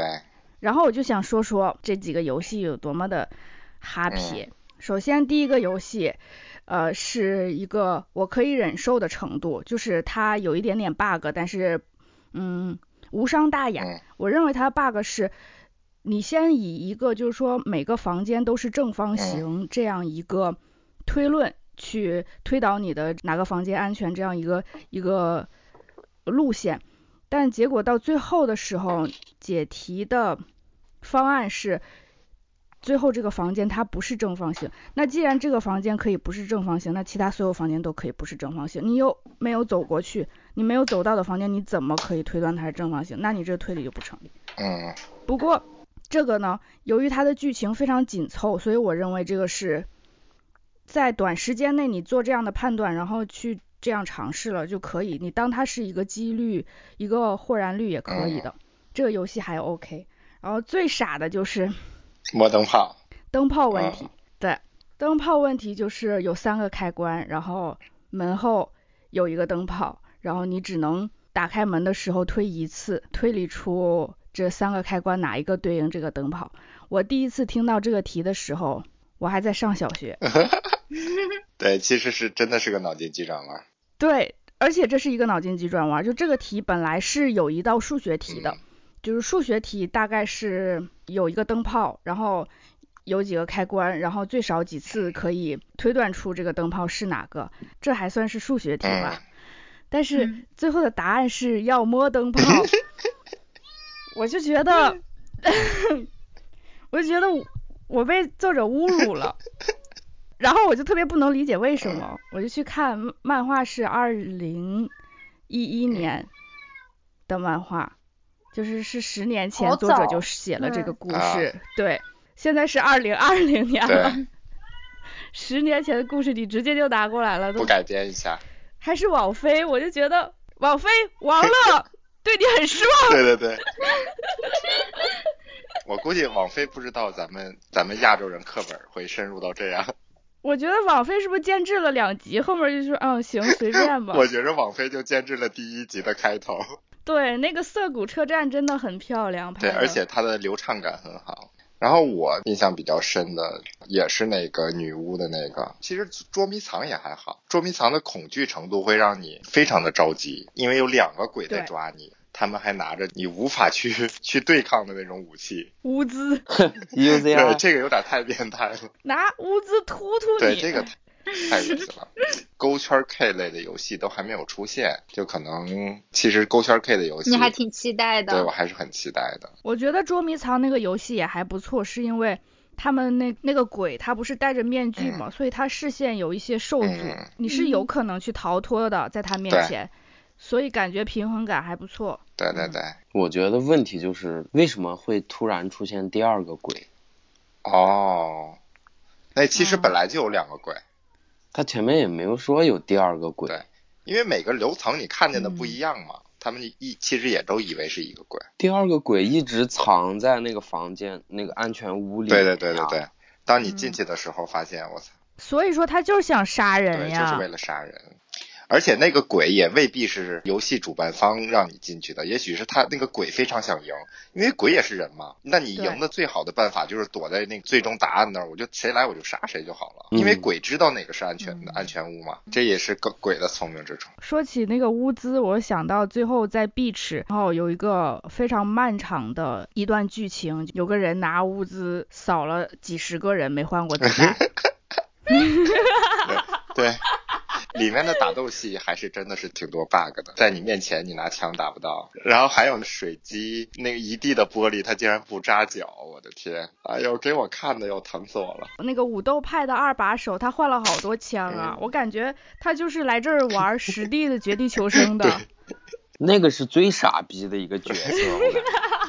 Speaker 2: 然后我就想说说这几个游戏有多么的 happy。首先第一个游戏，呃，是一个我可以忍受的程度，就是它有一点点 bug，但是嗯无伤大雅。
Speaker 4: 嗯
Speaker 2: 我认为它的 bug 是。你先以一个就是说每个房间都是正方形、这样一个推论去推导你的哪个房间安全这样一个一个路线，但结果到最后的时候，解题的方案是，最后这个房间它不是正方形。那既然这个房间可以不是正方形，那其他所有房间都可以不是正方形。你又没有走过去，你没有走到的房间，你怎么可以推断它是正方形？那你这个推理就不成立。
Speaker 4: 嗯
Speaker 2: 不过这个呢，由于它的剧情非常紧凑，所以我认为这个是在短时间内你做这样的判断，然后去这样尝试了就可以。你当它是一个几率、一个豁然率也可以的。这个游戏还 OK。然后最傻的就是
Speaker 4: 摸灯泡，
Speaker 2: 灯泡问题，对，灯泡问题就是有三个开关，然后门后有一个灯泡，然后你只能打开门的时候推一次，推理出这三个开关哪一个对应这个灯泡。我第一次听到这个题的时候，我还在上小学，
Speaker 4: 对，其实是真的是个脑筋急转弯。
Speaker 2: 对，而且这是一个脑筋急转弯，就这个题本来是有一道数学题的，
Speaker 4: 嗯
Speaker 2: 就是数学题大概是有一个灯泡，然后有几个开关，然后最少几次可以推断出这个灯泡是哪个，这还算是数学题吧。但是
Speaker 1: 嗯
Speaker 2: 最后的答案是要摸灯泡，我就觉得，我就觉得我我被作者侮辱了。然后我就特别不能理解为什么，我就去看漫画是二零一一年的漫画，就是是十年前
Speaker 1: 好
Speaker 2: 作者
Speaker 1: 早
Speaker 2: 就写了这个
Speaker 1: 嗯
Speaker 2: 故
Speaker 4: 啊
Speaker 2: 事，对，现在是二零二零 年了
Speaker 4: 嗯对，
Speaker 2: 十年前的故事你直接就拿过来了，
Speaker 4: 不
Speaker 2: 都
Speaker 4: 改编一下，
Speaker 2: 还是网飞，我就觉得网飞王 乐对你很失望，
Speaker 4: 对对 对。 我估计网飞不知道咱们咱们亚洲人课本会深入到这样，
Speaker 2: 我觉得网飞是不是监制了两集，后面就说嗯行随便吧，
Speaker 4: 我觉着网飞就监制了第一集的开头，
Speaker 2: 对，那个涩谷车站真的很漂亮拍
Speaker 4: 对，
Speaker 2: 的，
Speaker 4: 而
Speaker 1: 嗯
Speaker 4: 且它的流畅感很好。然后我印象比较深的也是那个女巫的那个，其实捉迷藏也还好，捉迷藏的恐惧程度会让你非常的着急，因为有两个鬼在
Speaker 2: 对
Speaker 4: 抓你，他们还拿着你无法去 去对抗的那种武器，
Speaker 2: 乌兹
Speaker 3: ，U Z
Speaker 1: 啊
Speaker 4: 对，
Speaker 3: I，
Speaker 4: 这个有点太变态了，
Speaker 2: 拿乌兹突突
Speaker 4: 对，
Speaker 2: 你，
Speaker 4: 这个 太太恶心了。勾圈 K 类的游戏都还没有出现，就可能其实勾圈 K 的游戏，
Speaker 1: 你还挺期待
Speaker 4: 对我
Speaker 1: 的，
Speaker 4: 还是很期待的。
Speaker 2: 我觉得捉迷藏那个游戏也还不错，是因为他们那那个鬼他不是戴着面具嘛，所以他视线有一些受阻，
Speaker 4: 嗯
Speaker 2: 你是有可能去逃脱的，在他面
Speaker 4: 对
Speaker 2: 前，所以感觉平衡感还不错。
Speaker 4: 对
Speaker 1: 嗯
Speaker 4: 对对，
Speaker 3: 我觉得问题就是为什么会突然出现第二个鬼？
Speaker 4: 哦，那其实
Speaker 2: 哦
Speaker 4: 本来就有两个鬼，
Speaker 3: 他前面也没有说有第二个鬼
Speaker 4: 对，因为每个楼层你看见的
Speaker 2: 嗯
Speaker 4: 不一样嘛，他们一其实也都以为是一个鬼。
Speaker 3: 第二个鬼一直藏在那个房间那个安全屋里。
Speaker 4: 对对对对
Speaker 2: 嗯
Speaker 4: 对，当你进去的时候，发现我操，
Speaker 2: 所以说他就是想杀人
Speaker 4: 对，就是
Speaker 2: 呀
Speaker 4: 为，了杀人。而且那个鬼也未必是游戏主办方让你进去的，也许是他那个鬼非常想赢，因为鬼也是人嘛。那你
Speaker 2: 对
Speaker 4: 赢的最好的办法就是躲在那个最终答案那儿，我就谁来我就杀谁就好了，
Speaker 3: 嗯
Speaker 4: 因为鬼知道哪个是安全的、
Speaker 2: 嗯
Speaker 4: 安全屋嘛。这也是个鬼的聪明之处。
Speaker 2: 说起那个乌兹，我想到最后在 beach，然后有一个非常漫长的一段剧情，有个人拿乌兹扫了几十个人没换过子弹，
Speaker 4: 对，里面的打斗戏还是真的是挺多 bug 的，在你面前你拿枪打不到，然后还有水机那个一地的玻璃，它竟然不扎脚，我的天！哎呦，给我看的又疼死我了。
Speaker 2: 那个武斗派的二把手，他换了好多枪啊，
Speaker 4: 嗯
Speaker 2: 我感觉他就是来这儿玩儿实地的绝地求生的。
Speaker 3: 那个是最傻逼的一个角色，我感觉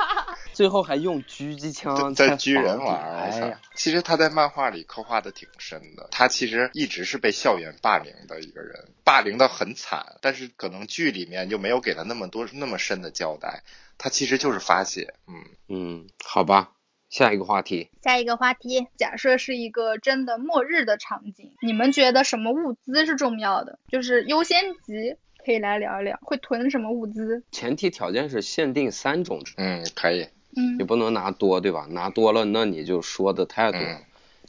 Speaker 3: 最后还用狙击枪
Speaker 4: 在
Speaker 3: 在
Speaker 4: 狙人
Speaker 3: 房
Speaker 4: 玩
Speaker 3: 顶
Speaker 4: 儿，
Speaker 3: 哎
Speaker 4: 我操
Speaker 3: 呀，！
Speaker 4: 其实他在漫画里刻画的挺深的，他其实一直是被校园霸凌的一个人，霸凌的很惨，但是可能剧里面就没有给他那么多那么深的交代，他其实就是发泄，嗯，
Speaker 3: 嗯，好吧，下一个话题，
Speaker 1: 下一个话题，假设是一个真的末日的场景，你们觉得什么物资是重要的？就是优先级，可以来聊一聊，会囤什么物资？
Speaker 3: 前提条件是限定三种，
Speaker 4: 嗯，可以，
Speaker 1: 嗯
Speaker 3: 也，不能拿多，对吧？拿多了，那你就说的太多了
Speaker 4: 嗯。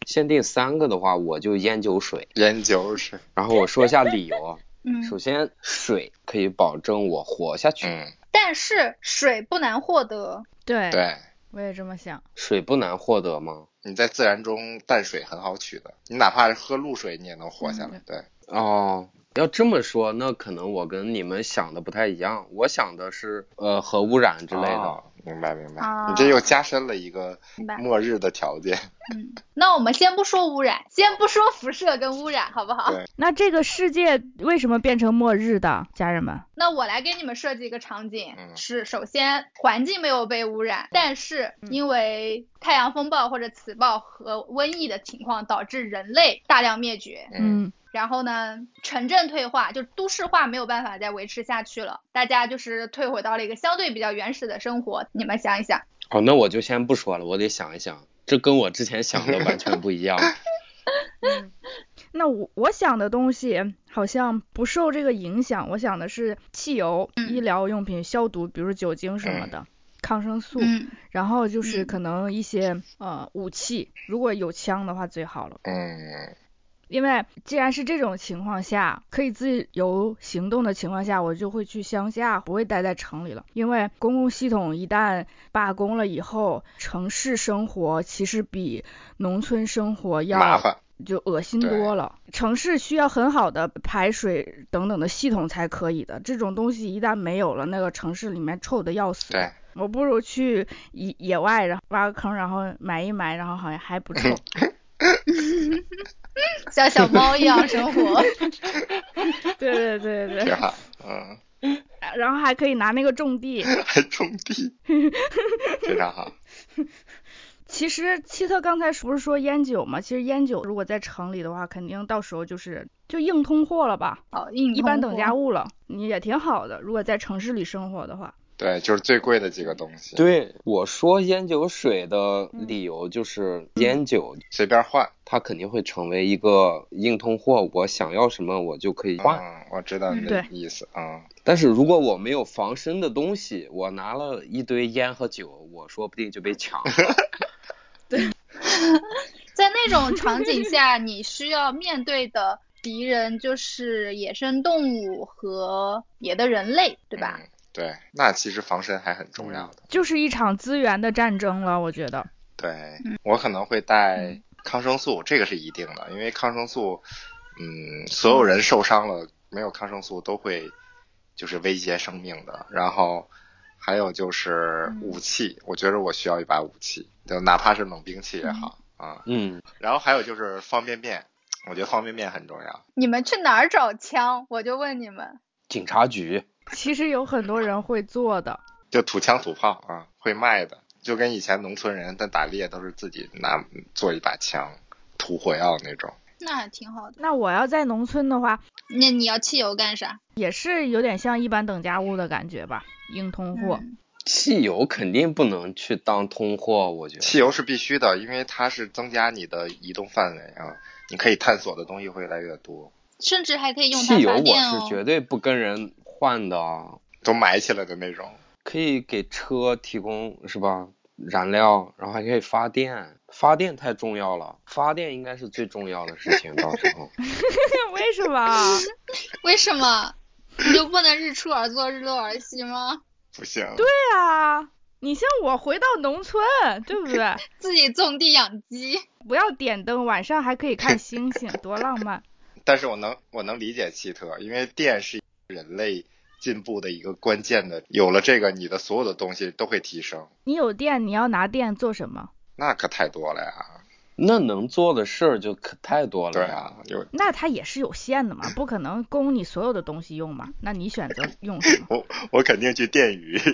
Speaker 3: 限定三个的话，我就烟酒水。
Speaker 4: 研究是，
Speaker 3: 然后我说一下理由啊，
Speaker 1: 嗯，
Speaker 3: 首先水可以保证我活下去，
Speaker 4: 嗯，
Speaker 1: 但是水不难获得，
Speaker 2: 对，
Speaker 4: 对。
Speaker 2: 我也这么想。
Speaker 3: 水不难获得吗？
Speaker 4: 你在自然中淡水很好取的，你哪怕是喝露水，你也能活下来。对，
Speaker 3: 哦，要这么说，那可能我跟你们想的不太一样。我想的是，呃，核污染之类的。
Speaker 4: 哦明白明白。
Speaker 1: 啊
Speaker 4: 你这又加深了一个
Speaker 1: 明白？
Speaker 4: 末日的条件。
Speaker 1: 嗯，那我们先不说污染，先不说辐射跟污染，好不好
Speaker 4: 对？
Speaker 2: 那这个世界为什么变成末日的，家人们？
Speaker 1: 那我来给你们设计一个场景，
Speaker 4: 嗯
Speaker 1: 是首先环境没有被污染，但是因为太阳风暴或者磁暴和瘟疫的情况导致人类大量灭绝，
Speaker 4: 嗯，
Speaker 1: 然后呢，城镇退化，就都市化没有办法再维持下去了，大家就是退回到了一个相对比较原始的生活。你们想一想，
Speaker 3: 哦，那我就先不说了，我得想一想，这跟我之前想的完全不一样。
Speaker 2: 那我我想的东西好像不受这个影响，我想的是汽油、医疗用品、消毒，比如酒精什么的，抗生素，
Speaker 1: 嗯
Speaker 2: 然后就是
Speaker 1: 嗯
Speaker 2: 可能一些呃武器，如果有枪的话最好了。
Speaker 4: 嗯，
Speaker 2: 因为既然是这种情况下，可以自由行动的情况下，我就会去乡下，不会待在城里了。因为公共系统一旦罢工了以后，城市生活其实比农村生活
Speaker 4: 麻
Speaker 2: 要
Speaker 4: 烦。
Speaker 2: 就恶心多了。城市需要很好的排水等等的系统才可以的，这种东西一旦没有了，那个城市里面臭的要死。
Speaker 4: 对，
Speaker 2: 我不如去野野外，然后挖个坑，然后埋一埋，然后好像还不
Speaker 1: 嗯
Speaker 2: 臭。
Speaker 1: 像 小猫一样生活。
Speaker 2: 对对对对
Speaker 4: 挺。好。嗯，
Speaker 2: 啊然后还可以拿那个 种地。
Speaker 4: 还种地，非常好。
Speaker 2: 其实七特刚才不是说烟酒嘛？其实烟酒如果在城里的话，肯定到时候就是就硬通货了吧，
Speaker 1: 好硬
Speaker 2: 一般
Speaker 1: 通
Speaker 2: 等价
Speaker 1: 货
Speaker 2: 物了，你也挺好的。如果在城市里生活的话，
Speaker 4: 对，就是最贵的几个东 西，
Speaker 3: 对，我说烟酒水的理由就是烟酒
Speaker 4: 随便换。
Speaker 3: 它肯定会成为一个硬通货，我想要什么我就可以换。
Speaker 4: 嗯，我知道你的
Speaker 2: 对
Speaker 4: 意思。嗯，
Speaker 3: 但是如果我没有防身的东西，我拿了一堆烟和酒，我说不定就被抢 了。
Speaker 1: 在那种场 景下，你需要面对的敌人就是野生动物和别的人类，对吧？
Speaker 4: 嗯对，那其实防身还很重
Speaker 3: 嗯
Speaker 4: 要的。
Speaker 2: 就是一场资源的战争了，我觉得。
Speaker 4: 对
Speaker 1: 嗯，
Speaker 4: 我可能会带抗生素，这个是一定的，因为抗生素，嗯，所有人受伤了没有抗生素都会就是威胁生命的。然后还有就是武器，我觉得我需要一把武器，就哪怕是冷兵器也好啊、
Speaker 3: 嗯，
Speaker 4: 然后还有就是方便面，我觉得方便面很重要。
Speaker 1: 你们去哪儿找枪？我就问你们。
Speaker 3: 警察局
Speaker 2: 其实有很多人会做的，
Speaker 4: 就土枪土炮啊，会卖的，就跟以前农村人但打猎都是自己拿做一把枪，土火药那种。
Speaker 1: 那还挺好的。
Speaker 2: 那我要在农村的话，
Speaker 1: 那你要汽油干啥？
Speaker 2: 也是有点像一般等价物的感觉吧，硬通货。
Speaker 1: 嗯
Speaker 3: 汽油肯定不能去当通货，我觉
Speaker 4: 汽
Speaker 3: 得。
Speaker 4: 油是必须的，因为它是增加你的移动范围啊，你可以探索的东西会越来越多。
Speaker 1: 甚至还可以用它
Speaker 3: 汽油
Speaker 1: 发
Speaker 3: 我
Speaker 1: 电哦。
Speaker 3: 是绝对不跟人换的啊，
Speaker 4: 都埋起来的那种，
Speaker 3: 可以给车提供是吧燃料，然后还可以发电，发电太重要了，发电应该是最重要的事情，到时候。
Speaker 2: 为 什么？啊
Speaker 1: 为什么？你就不能日出而作，日落而息吗？
Speaker 4: 不行。
Speaker 2: 对啊，你像我回到农村，对不对？
Speaker 1: 自己种地养鸡，
Speaker 2: 不要点灯，晚上还可以看星星，多浪漫！
Speaker 4: 但是我能我能理解汽特，因为电是人类进步的一个关键的，有了这个，你的所有的东西都会提升，
Speaker 2: 你有电，你要拿电做什么？
Speaker 4: 那可太多了呀。
Speaker 3: 那能做的事儿就可太多了。
Speaker 4: 对啊，，有
Speaker 2: 那它也是有限的嘛，不可能供你所有的东西用嘛。那你选择用什么？
Speaker 4: 我我肯定去电鱼。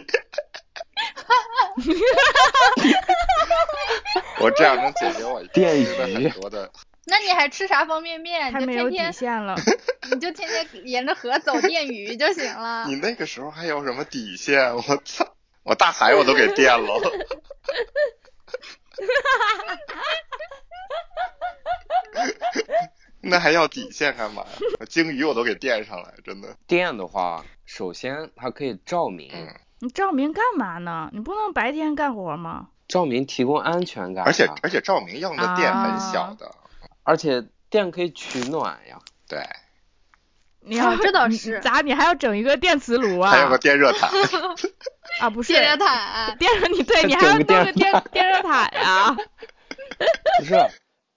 Speaker 4: 我这样能解决我
Speaker 3: 电
Speaker 4: 吃的
Speaker 3: 鱼
Speaker 4: 很多的，
Speaker 1: 那你还吃啥方便面？
Speaker 2: 太
Speaker 1: 你就
Speaker 2: 没
Speaker 1: 天
Speaker 2: 有底
Speaker 1: 天
Speaker 2: 线了。
Speaker 1: 你就天天沿着河走电 鱼就行了
Speaker 4: 你。那个时候还有什么底线？ 我操！我大海我都给电了， 那还要底线干嘛呀？我鲸鱼我都给电上来，真的。
Speaker 3: 电的话，首先它可以照明，
Speaker 4: 嗯
Speaker 2: 你照明干嘛呢？你不能白天干活吗？
Speaker 3: 照明提供安全感啊、
Speaker 4: 而且而且照明用的电很小的，
Speaker 1: 啊
Speaker 3: 而且电可以取暖呀。
Speaker 4: 对，
Speaker 2: 你要、
Speaker 1: 哦这倒是
Speaker 2: 你咋？你还要整一个电磁炉啊
Speaker 3: 哎
Speaker 4: 还？有个电 热毯。
Speaker 2: 啊，不是
Speaker 1: 电热毯，
Speaker 2: 电热，你 对你还要
Speaker 3: 整个
Speaker 2: 弄个
Speaker 3: 电
Speaker 2: 电电热毯啊呀、
Speaker 3: 不是，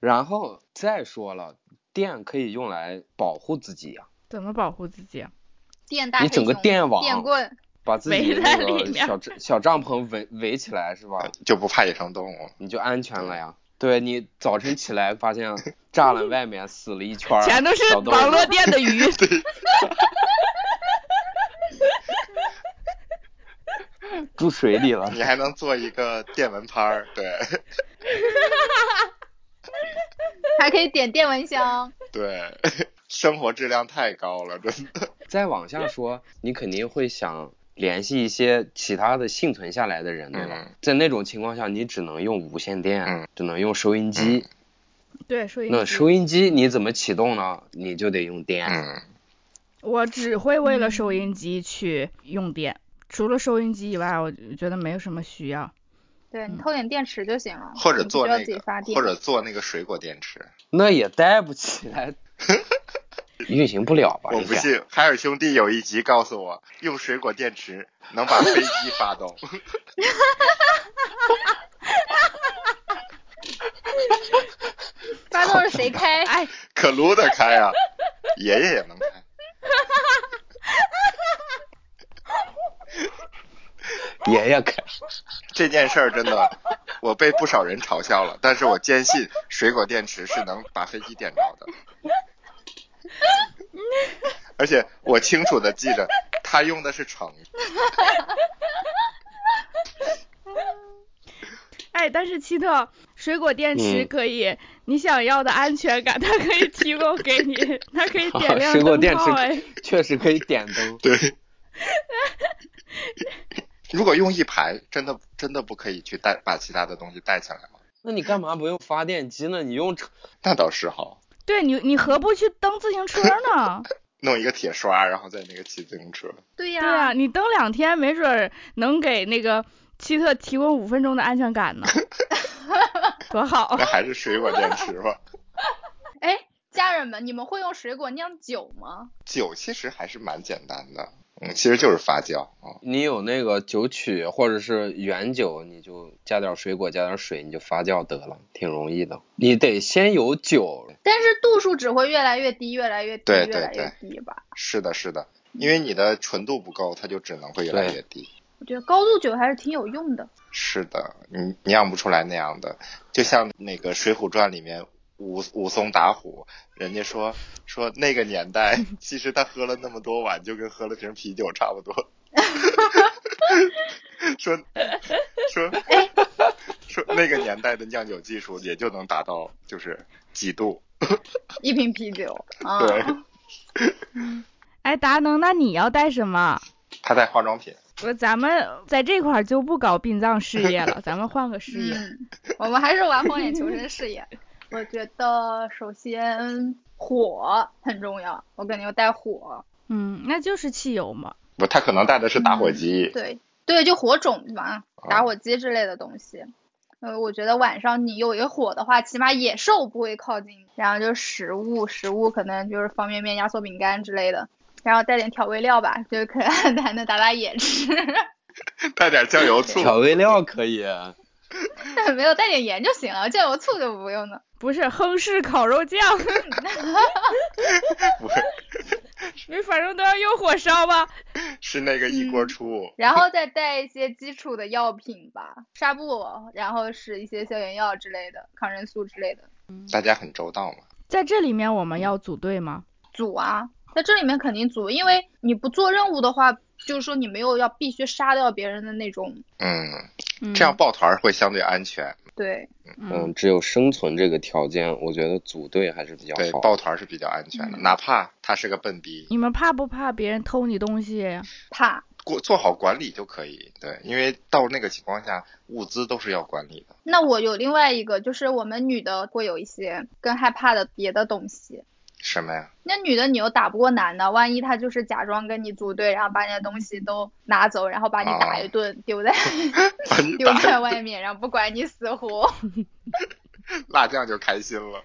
Speaker 3: 然后再说了，电可以用来保护自己呀、
Speaker 2: 怎么保护自己？啊
Speaker 1: 电大
Speaker 3: 你
Speaker 1: 黑
Speaker 3: 整个
Speaker 1: 熊
Speaker 3: 电网
Speaker 1: 电棍，
Speaker 3: 把自己
Speaker 2: 围
Speaker 3: 的
Speaker 2: 在
Speaker 3: 那
Speaker 2: 里
Speaker 3: 个
Speaker 2: 面
Speaker 3: 小帐小帐篷围围起来是吧？
Speaker 4: 就不怕野生动物。
Speaker 3: 你就安全了呀。 对你早晨起来发现栅栏外面死了一圈儿，
Speaker 2: 全都是
Speaker 3: 小动物
Speaker 2: 网络电的 鱼。
Speaker 3: 住水里了。
Speaker 4: 你还能做一个电蚊拍儿， 对
Speaker 1: 还可以点电蚊香。
Speaker 2: 嗯
Speaker 4: 对，生活质量太高了，真的。
Speaker 3: 再往下说，你肯定会想联系一些其他的幸存下来的人，对吧？
Speaker 4: 嗯
Speaker 3: 在那种情况下，你只能用无线电，
Speaker 4: 嗯
Speaker 3: 只能用收音机。
Speaker 2: 对，收音
Speaker 3: 那
Speaker 2: 机。
Speaker 3: 收音机你怎么启动呢？你就得用电。
Speaker 4: 嗯，
Speaker 2: 我只会为了收
Speaker 1: 嗯
Speaker 2: 音机去用电，除了收音机以外，我觉得没有什么需要。
Speaker 1: 对你
Speaker 2: 嗯
Speaker 1: 偷点电池就行了，
Speaker 4: 或者
Speaker 1: 你不
Speaker 4: 做
Speaker 1: 需要
Speaker 4: 那
Speaker 1: 自己
Speaker 4: 个
Speaker 1: 发，电
Speaker 4: 或。者做那个水果电池。
Speaker 3: 那也带不起 来，运行不了吧？
Speaker 4: 我
Speaker 3: 应
Speaker 4: 不
Speaker 3: 该。
Speaker 4: 信，海尔兄弟有一集告诉我，用水果电池能把飞机发动。
Speaker 1: 发动是谁 开？
Speaker 2: 哎，
Speaker 4: 可撸得开啊，爷爷也能 开。
Speaker 3: 爷爷开，
Speaker 4: 这件事儿真的，我被不少人嘲笑了，但是我坚信水果电池是能把飞机点着的。而且我清楚的记着，他用的是成语。
Speaker 2: 哎，但是奇特水果电池
Speaker 3: 嗯
Speaker 2: 可以，你想要的安全感它可以提供给你， 它可以
Speaker 3: 好
Speaker 2: 点亮
Speaker 3: 水果
Speaker 2: 灯
Speaker 3: 电池
Speaker 2: 泡哎。
Speaker 3: 确实可以点灯。
Speaker 4: 对。如果用一排，真的真的不可以去带把其他的东西带起来吗？
Speaker 3: 那你干嘛不用发电机呢？你用车
Speaker 4: 那倒是哈，
Speaker 2: 对你，你何不去蹬自行车呢？
Speaker 4: 弄一个铁刷，然后在那个骑自行车。
Speaker 1: 对
Speaker 2: 对
Speaker 1: 呀、
Speaker 2: 啊，你蹬两天，没准儿能给那个奇特提供五分钟的安全感 呢，多好
Speaker 4: 那！还是水果电池吧。
Speaker 1: 哎，家人们，你们会用水果酿酒吗？
Speaker 4: 酒其实还是蛮简单的，嗯，其实就是发酵啊、
Speaker 3: 你有那个酒曲或者是原酒，你就加点水果，加点水，你就发酵得了，挺容易的。你得先有酒，
Speaker 1: 但是度数只会越来越低，越来越低，
Speaker 4: 对
Speaker 1: 越
Speaker 4: 对
Speaker 1: 来越低吧。
Speaker 4: 是的，是的，因为你的纯度不够，它就只能会越来越低。
Speaker 1: 我觉得高度酒还是挺有用的。
Speaker 4: 是的，你酿不出来那样的，就像那个《水浒传》里面。武武松打虎，人家说说那个年代，其实他喝了那么多碗，就跟喝了瓶啤酒差不多。说说说那个年代的酿酒技术，也就能达到就是几度。
Speaker 1: 一瓶啤酒啊，
Speaker 4: 对，
Speaker 2: 哎，达能，那你要带什么？
Speaker 4: 他带化妆品，
Speaker 2: 我咱们在这块儿就不搞殡葬事业 了，咱们换个事业。
Speaker 1: 嗯，我们还是玩荒野求生事业。我觉得首先火很重要，我肯定要带火。
Speaker 2: 嗯，那就是汽油嘛。
Speaker 4: 不，他可能带的是打火机。
Speaker 1: 对对，就火种嘛，
Speaker 4: 啊
Speaker 1: 打火机之类的东西。呃，我觉得晚上你有一个火的话，起码野兽不会靠近你。然后就是食物，食物可能就是方便面、压缩饼干之类的，然后带点调味料吧，就是 可还能打打野吃。
Speaker 4: 带点酱 油醋。
Speaker 3: 调味料可以。啊
Speaker 1: 没有带点盐就行了，酱油醋就不用了。
Speaker 2: 不是亨氏烤肉 酱，
Speaker 4: 不是，
Speaker 2: 你反正都要用火烧吧。
Speaker 4: 是那个一锅出。
Speaker 1: 然后再带一些基础的药品吧，纱布，然后是一些消炎药之类的，抗生素之类的。
Speaker 4: 大家很周到嘛。
Speaker 2: 在这里面我们要组队吗？
Speaker 1: 组啊，在这里面肯定组，因为你不做任务的话，就是说你没有要必须杀掉别人的那种。
Speaker 4: 嗯，
Speaker 2: 嗯、
Speaker 4: 这样抱团儿会相对安全。
Speaker 1: 对，
Speaker 2: 嗯
Speaker 3: 嗯，只有生存这个条件，我觉得组队还是比较
Speaker 4: 对，
Speaker 3: 好。
Speaker 4: 抱团儿是比较安全的，
Speaker 1: 嗯
Speaker 4: 哪怕他是个笨逼，
Speaker 2: 你们怕不怕别人偷你东西？
Speaker 1: 怕
Speaker 4: 过做好管理就可以。对，因为到那个情况下，物资都是要管理的。
Speaker 1: 那我有另外一个，就是我们女的会有一些更害怕的别的东西。
Speaker 4: 什么呀？
Speaker 1: 那女的你又打不过男的，万一他就是假装跟你组队，然后把你的东西都拿走，然后把你打一顿，丢在
Speaker 4: 把 你
Speaker 1: 丢
Speaker 4: 打
Speaker 1: 在外面，然后不管你死活。
Speaker 4: 辣酱就开心了。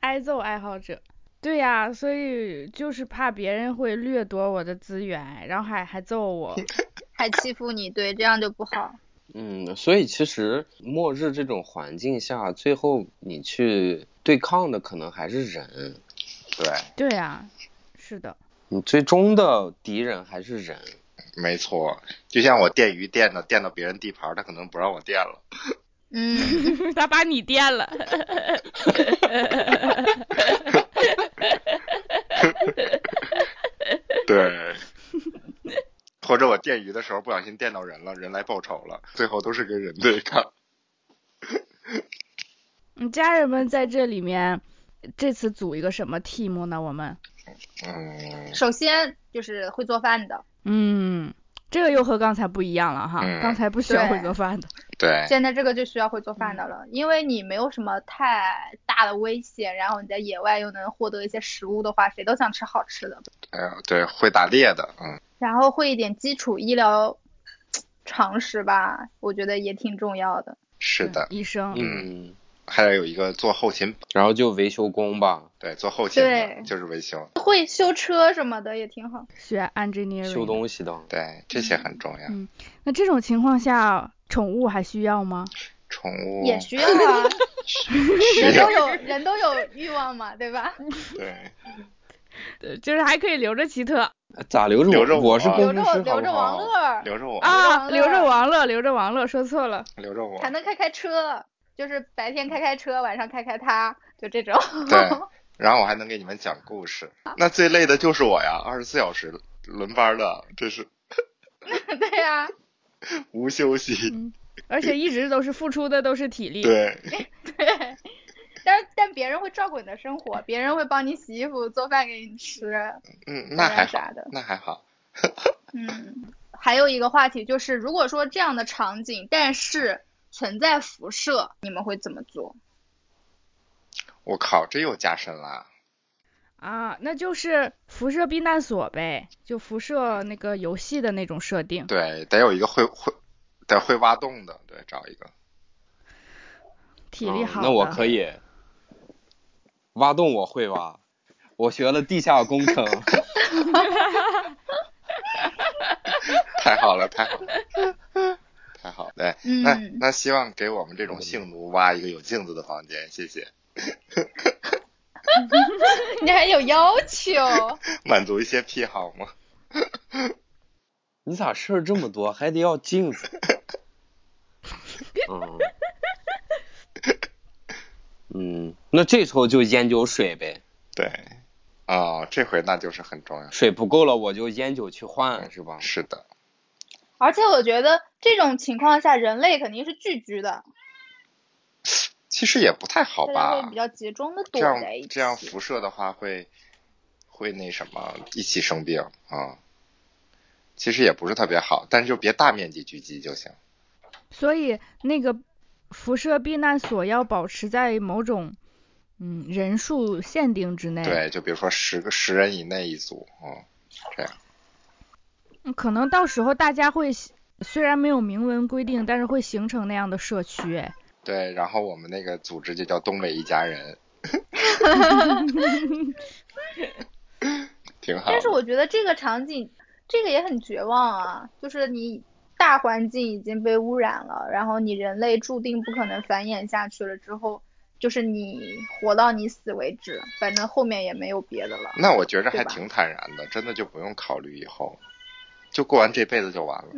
Speaker 2: 挨揍爱好者。对呀、所以就是怕别人会掠夺我的资源，然后还还揍 我。
Speaker 1: 还欺负你，对，这样就不好。
Speaker 3: 嗯，所以其实末日这种环境下，最后你去对抗的可能还是人，
Speaker 4: 对，
Speaker 2: 对呀、是的，
Speaker 3: 你嗯最终的敌人还是人。
Speaker 4: 没错，就像我电鱼电的，电到别人地盘儿，他可能不让我电了。
Speaker 1: 嗯，
Speaker 2: 他把你电了。
Speaker 4: 对，或者我电鱼的时候不小心电到人了，人来报仇了，最后都是跟人对抗。
Speaker 2: 嗯，家人们在这里面，这次组一个什么 team 呢？我们，
Speaker 4: 嗯，
Speaker 1: 首先就是会做饭的，
Speaker 2: 嗯，这个又和刚才不一样了哈，
Speaker 4: 嗯
Speaker 2: 刚才不需要
Speaker 1: 对
Speaker 2: 会做饭的。
Speaker 4: 对，
Speaker 1: 现在这个就需要会做
Speaker 3: 嗯
Speaker 1: 饭的了，因为你没有什么太大的危险，然后你在野外又能获得一些食物的话，谁都想吃好吃的。
Speaker 4: 哎呦，对，会打猎的，嗯，
Speaker 1: 然后会一点基础医疗常识吧，我觉得也挺重要的。
Speaker 4: 是的，
Speaker 2: 医生，
Speaker 3: 嗯，
Speaker 4: 还有一个做后勤，
Speaker 3: 然后就维修工吧，
Speaker 4: 对，做后勤的
Speaker 1: 对
Speaker 4: 就是维修，
Speaker 1: 会修车什么的也挺好。
Speaker 3: 哦
Speaker 2: 学 engineering。
Speaker 3: 修东西的。
Speaker 4: 对，这些很重要。
Speaker 2: 嗯那这种情况下，宠物还需要吗？
Speaker 4: 宠物
Speaker 1: 也需要 啊，人
Speaker 4: 需
Speaker 1: 都
Speaker 4: 要，
Speaker 1: 有人都有欲望嘛，对吧？
Speaker 4: 对，
Speaker 2: 对，就是还可以留着奇特
Speaker 3: 咋留着
Speaker 4: 留着我啊
Speaker 3: 我是
Speaker 1: 留
Speaker 3: 工
Speaker 1: 着我
Speaker 3: 程师，好
Speaker 1: 留
Speaker 3: 不
Speaker 1: 着王
Speaker 3: 好？
Speaker 1: 乐，
Speaker 4: 留着我，
Speaker 2: 啊，
Speaker 1: 留
Speaker 2: 留
Speaker 1: 着
Speaker 2: 着
Speaker 1: 王
Speaker 2: 王乐，留着王乐，说错了。
Speaker 4: 留着我
Speaker 1: 还，能开开车，就是白天开开车，晚上开开它，就这种。
Speaker 4: 对，然后我还能给你们讲故事。那最累的就是我呀，二十四小时轮班的，这是
Speaker 1: 对呀、
Speaker 4: 无休息。
Speaker 2: 嗯，而且一直都是付出的都是体力。
Speaker 4: 对，
Speaker 1: 对。但是但别人会照顾你的生活，别人会帮你洗衣服、做饭给你吃，
Speaker 4: 嗯，那还好
Speaker 1: 啥的，
Speaker 4: 那还好。
Speaker 1: 嗯，还有一个话题就是，如果说这样的场景，但是存在辐射，你们会怎么做？
Speaker 4: 我靠，这又加深了。
Speaker 2: 啊，那就是辐射避难所呗，就辐射那个游戏的那种设定。
Speaker 4: 对，得有一个会会，得会挖洞的，对，找一个。
Speaker 2: 体力
Speaker 3: 嗯
Speaker 2: 好、
Speaker 3: 那我可。以挖洞，我会挖，我学了地下工程。
Speaker 4: 太好了，太好了，太好了。对，那
Speaker 1: 嗯
Speaker 4: 那希望给我们这种性奴挖一个有镜子的房间，谢谢，
Speaker 1: 你还有要求？
Speaker 4: 满足一些癖好吗？
Speaker 3: 你咋事儿这么多，还得要镜子？嗯， 嗯，那这时候就研究水呗，
Speaker 4: 对，哦，这回那就是很重要。
Speaker 3: 水不够了我就烟酒去换，是吧？
Speaker 4: 是的，
Speaker 1: 而且我觉得这种情况下，人类肯定是聚居的，
Speaker 4: 其实也不太好
Speaker 1: 大家会
Speaker 4: 吧
Speaker 1: 比？较集中的
Speaker 4: 这
Speaker 1: 躲
Speaker 4: 样
Speaker 1: 在一起。
Speaker 4: 这样辐射的话会会那什么，一起生病啊、其实也不是特别好，但是就别大面积聚集就行。
Speaker 2: 所以那个辐射避难所要保持在某种嗯人数限定之
Speaker 1: 嗯
Speaker 2: 内。
Speaker 4: 对，就比如说十个十人以内一组，嗯，这样。
Speaker 2: 嗯，可能到时候大家会形虽然没有明文规定，但是会形成那样的社区。哎，
Speaker 4: 对，然后我们那个组织就叫东北一家 人，挺好的。
Speaker 1: 但是我觉得这个场景，这个也很绝望啊，就是你大环境已经被污染了，然后你人类注定不可能繁衍下去了，之后就是你活到你死为止，反正后面也没有别的了。
Speaker 4: 那我觉着还
Speaker 1: 对吧
Speaker 4: 挺坦然的，真的就不用考虑以后，就过完这辈子就完了。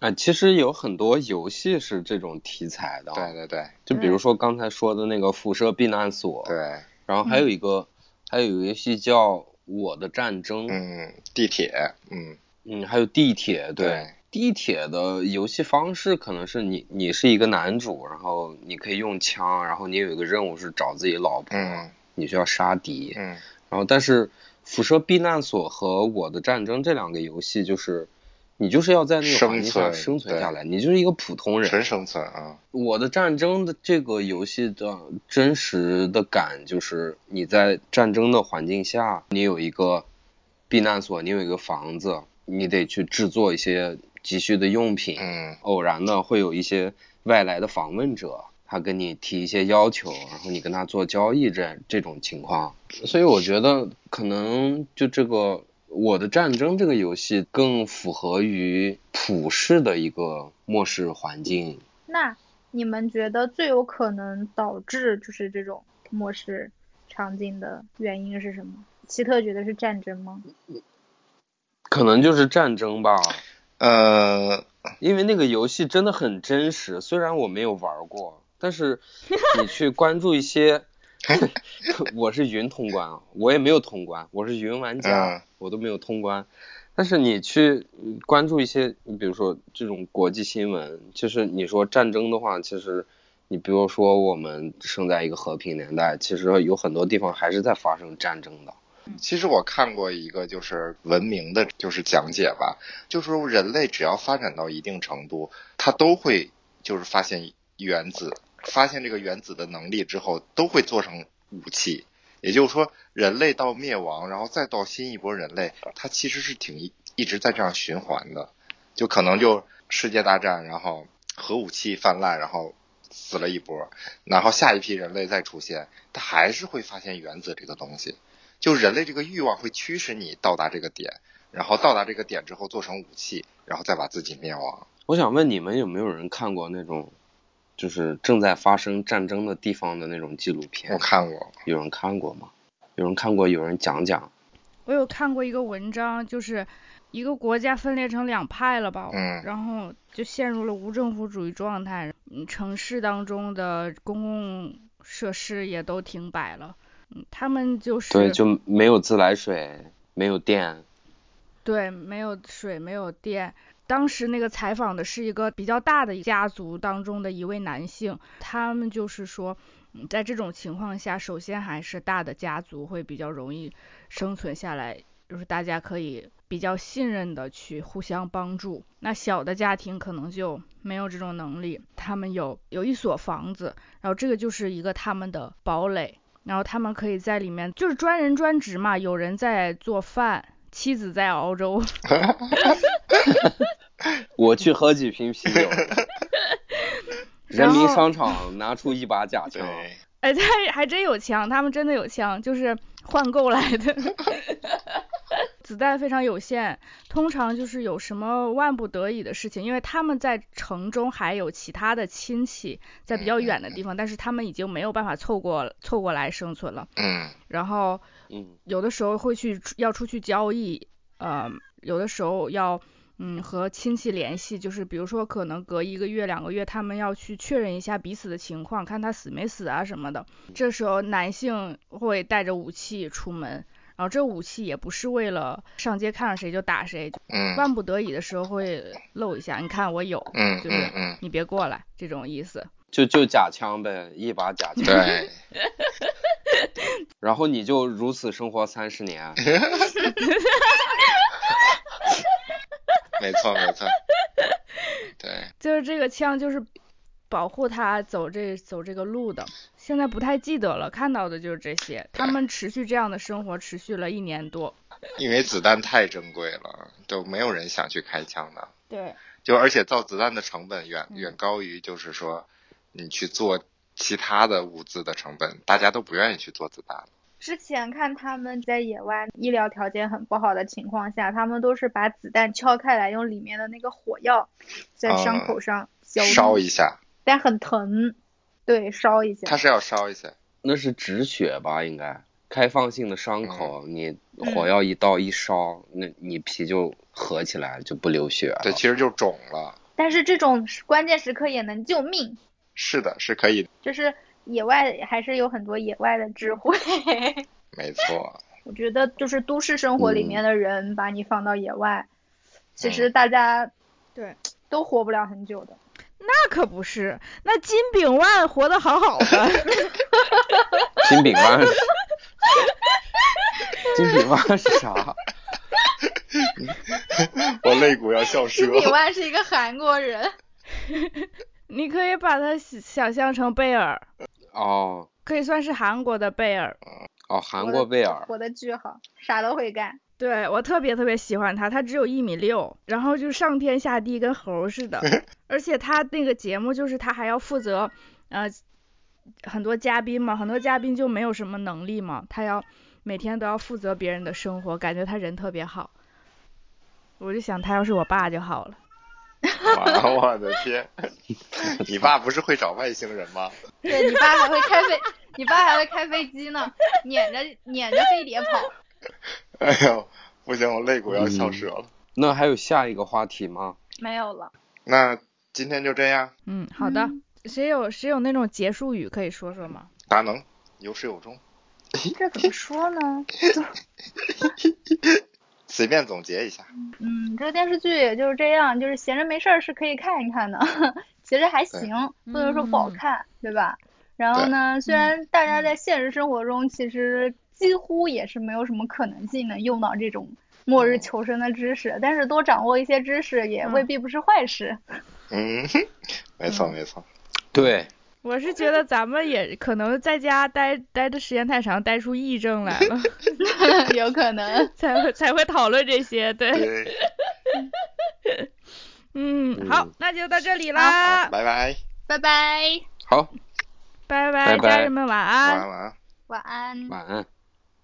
Speaker 3: 哎，其实有很多游戏是这种题材的啊，
Speaker 4: 对对对
Speaker 3: 就比如说刚才说的那个辐射避难所，
Speaker 4: 对，
Speaker 3: 然后还有一个，还有一个游戏叫《我的战争》，
Speaker 4: 嗯，地铁，嗯，
Speaker 3: 嗯，还有地铁，对。
Speaker 4: 对
Speaker 3: 地铁的游戏方式可能是你你是一个男主，然后你可以用枪，然后你有一个任务是找自己老婆，
Speaker 4: 嗯
Speaker 3: 你需要杀敌。
Speaker 4: 嗯
Speaker 3: 然后但是《辐射避难所》和《我的战争》这两个游戏就是你就是要在那个环境下
Speaker 4: 生存
Speaker 3: 生存下来，你就是一个普通人。
Speaker 4: 纯生存啊，
Speaker 3: 我的战争的这个游戏的真实的感就是你在战争的环境下，你有一个避难所，你有一个房子，你得去制作一些急需的用品。
Speaker 4: 嗯
Speaker 3: 偶然的会有一些外来的访问者，他跟你提一些要求，然后你跟他做交易这这种情况。所以我觉得可能就这个《我的战争》这个游戏更符合于普世的一个末世环境。
Speaker 1: 那你们觉得最有可能导致就是这种末世场景的原因是什么？奇特觉得是战争吗？
Speaker 3: 可能就是战争吧，
Speaker 4: 呃，
Speaker 3: 因为那个游戏真的很真实。虽然我没有玩过，但是你去关注一些， 我是云通关啊，我也没有通关，我是云玩家，
Speaker 4: 嗯
Speaker 3: 我都没有通关。但是你去嗯关注一些，你比如说这种国际新闻，就是你说战争的话，其实你比如说我们生在一个和平年代，其实有很多地方还是在发生战争的。
Speaker 4: 其实我看过一个就是文明的，就是讲解吧，就说人类只要发展到一定程度，它都会就是发现原子，发现这个原子的能力之后，都会做成武器。也就是说，人类到灭亡，然后再到新一波人类，它其实是挺一一直在这样循环的，就可能就世界大战，然后核武器泛滥，然后死了一波，然后下一批人类再出现，它还是会发现原子这个东西。就人类这个欲望会驱使你到达这个点，然后到达这个点之后做成武器，然后再把自己灭亡。
Speaker 3: 我想问你们有没有人看过那种，就是正在发生战争的地方的那种纪录
Speaker 4: 我
Speaker 3: 片？
Speaker 4: 看过，
Speaker 3: 有人看过吗？有人看过，有人讲讲。
Speaker 2: 我有看过一个文章，就是一个国家分裂成两派了吧？
Speaker 4: 嗯
Speaker 2: 然后就陷入了无政府主义状态，嗯，城市当中的公共设施也都停摆了，嗯，他们就是
Speaker 3: 对，就没有自来水，没有电，
Speaker 2: 对，没有水，没有电。当时那个采访的是一个比较大的家族当中的一位男性，他们就是说，嗯在这种情况下，首先还是大的家族会比较容易生存下来，就是大家可以比较信任的去互相帮助。那小的家庭可能就没有这种能力，他们有有一所房子，然后这个就是一个他们的堡垒，然后他们可以在里面就是专人专职嘛，有人在做饭，妻子在熬粥，
Speaker 3: 我去喝几瓶啤 酒，人
Speaker 2: 然
Speaker 3: 民
Speaker 2: 后
Speaker 3: 商场拿出一把假枪，
Speaker 4: 对，
Speaker 2: 哎，他还真有枪，他们真的有枪，就是换购来的， 子弹非常有限，通常就是有什么万不得已的事情，因为他们在城中还有其他的亲戚在比较远的地方，但是他们已经没有办法凑过凑过来生存了，
Speaker 4: 嗯
Speaker 2: 然后
Speaker 3: 嗯，
Speaker 2: 有的时候会去出要出去交易，呃，有的时候要嗯和亲戚联系，就是比如说可能隔一个月、两个月，他们要去确认一下彼此的情况，看他死没死啊什么的。这时候男性会带着武器出门。然后这武器也不是为了上街看上谁就打谁，
Speaker 4: 嗯
Speaker 2: 万不得已的时候会露一下，你看我有，
Speaker 4: 嗯
Speaker 2: 就
Speaker 4: 嗯
Speaker 2: 是
Speaker 4: 嗯，
Speaker 2: 你别过来这种意思。
Speaker 3: 就就假枪呗，一把假枪，
Speaker 4: 嗯对，
Speaker 3: 然后你就如此生活三十 年，
Speaker 4: 没错没 错，对，
Speaker 2: 就是这个枪就是保护他走这走这个路的。现在不太记得了，看到的就是这些。他们持续这样的生活持续了一年多。
Speaker 4: 因为子弹太珍贵了，就没有人想去开枪的。
Speaker 2: 对，
Speaker 4: 就而且造子弹的成本远
Speaker 2: 嗯
Speaker 4: 远高于就是说你去做其他的物资的成本，大家都不愿意去做子弹了。
Speaker 1: 之前看他们在野外医疗条件很不好的情况下，他们都是把子弹敲开来，用里面的那个火药在伤口上消毒，
Speaker 4: 啊烧一下，
Speaker 1: 但很疼。对，烧一
Speaker 4: 它
Speaker 1: 下。
Speaker 4: 是要烧一下，
Speaker 3: 那是止血吧？应该开放性的伤口，你火药一到一烧，那你皮就合起来，就不流血了。
Speaker 4: 对，其实就肿了。
Speaker 1: 但是这种关键时刻也能救命，
Speaker 4: 是的，是可以，
Speaker 1: 就是野外还是有很多野外的智 慧。
Speaker 4: 没错，
Speaker 1: 我觉得就是都市生活里面的
Speaker 4: 嗯
Speaker 1: 人把你放到野外，其实大家
Speaker 2: 对
Speaker 1: 都活不了很久的。
Speaker 2: 那可不是。那金炳万活得好好的，
Speaker 3: 金饼万，金饼万是啥？
Speaker 4: 我肋骨要笑
Speaker 1: 金炳
Speaker 4: 折。
Speaker 1: 万是一个韩国人，
Speaker 2: 你可以把他想想象成贝尔，
Speaker 3: 哦
Speaker 2: 可以算是韩国的贝尔。
Speaker 3: 哦，韩国贝尔，
Speaker 1: 活得巨好，啥都会干。
Speaker 2: 对我特别特别喜欢他，他只有一米六，然后就上天下地跟猴 似的，而且他那个节目就是他还要负责，呃，很多嘉宾嘛，很多嘉宾就没有什么能力嘛，他要每天都要负责别人的生活，感觉他人特别好。我就想他要是我爸就好了，
Speaker 4: 哇我的天，你爸不是会找外星人吗？
Speaker 1: 对你爸还会开飞，你爸还会开飞机呢，撵着撅着飞碟跑。
Speaker 4: 哎呦，不行，我肋骨要笑折了。
Speaker 3: 那还有下一个话题吗？
Speaker 1: 没有了，
Speaker 4: 那今天就这样，
Speaker 2: 嗯，好的，
Speaker 1: 嗯
Speaker 2: 谁有谁有那种结束语可以说说吗？
Speaker 4: 达能有始有终，
Speaker 1: 这怎么说呢？
Speaker 4: 随便总结一下。
Speaker 1: 嗯，这个电视剧也就是这样，就是闲着没事儿是可以看一看的， 其实还行，不能说不好看，对吧？然后呢，虽然大家在现实生活中其实几乎也是没有什么可能性能用到这种末日求生的知识，但是多掌握一些知识也未必不是坏事。
Speaker 4: 嗯，没错没错，
Speaker 3: 对，
Speaker 2: 我是觉得咱们也可能在家待待的时间太长，待出癔症来了，
Speaker 1: 有可能。
Speaker 2: 才会才会讨论这些，对。
Speaker 4: 对，
Speaker 2: 嗯，好
Speaker 3: 嗯，
Speaker 2: 那就到这里啦，
Speaker 4: 拜拜，
Speaker 1: 拜拜，
Speaker 3: 好，
Speaker 2: 拜
Speaker 3: 拜
Speaker 2: 家
Speaker 3: 拜
Speaker 2: 人们晚
Speaker 4: 晚
Speaker 2: 安。
Speaker 4: 安晚安。
Speaker 1: 晚安。
Speaker 3: 晚安。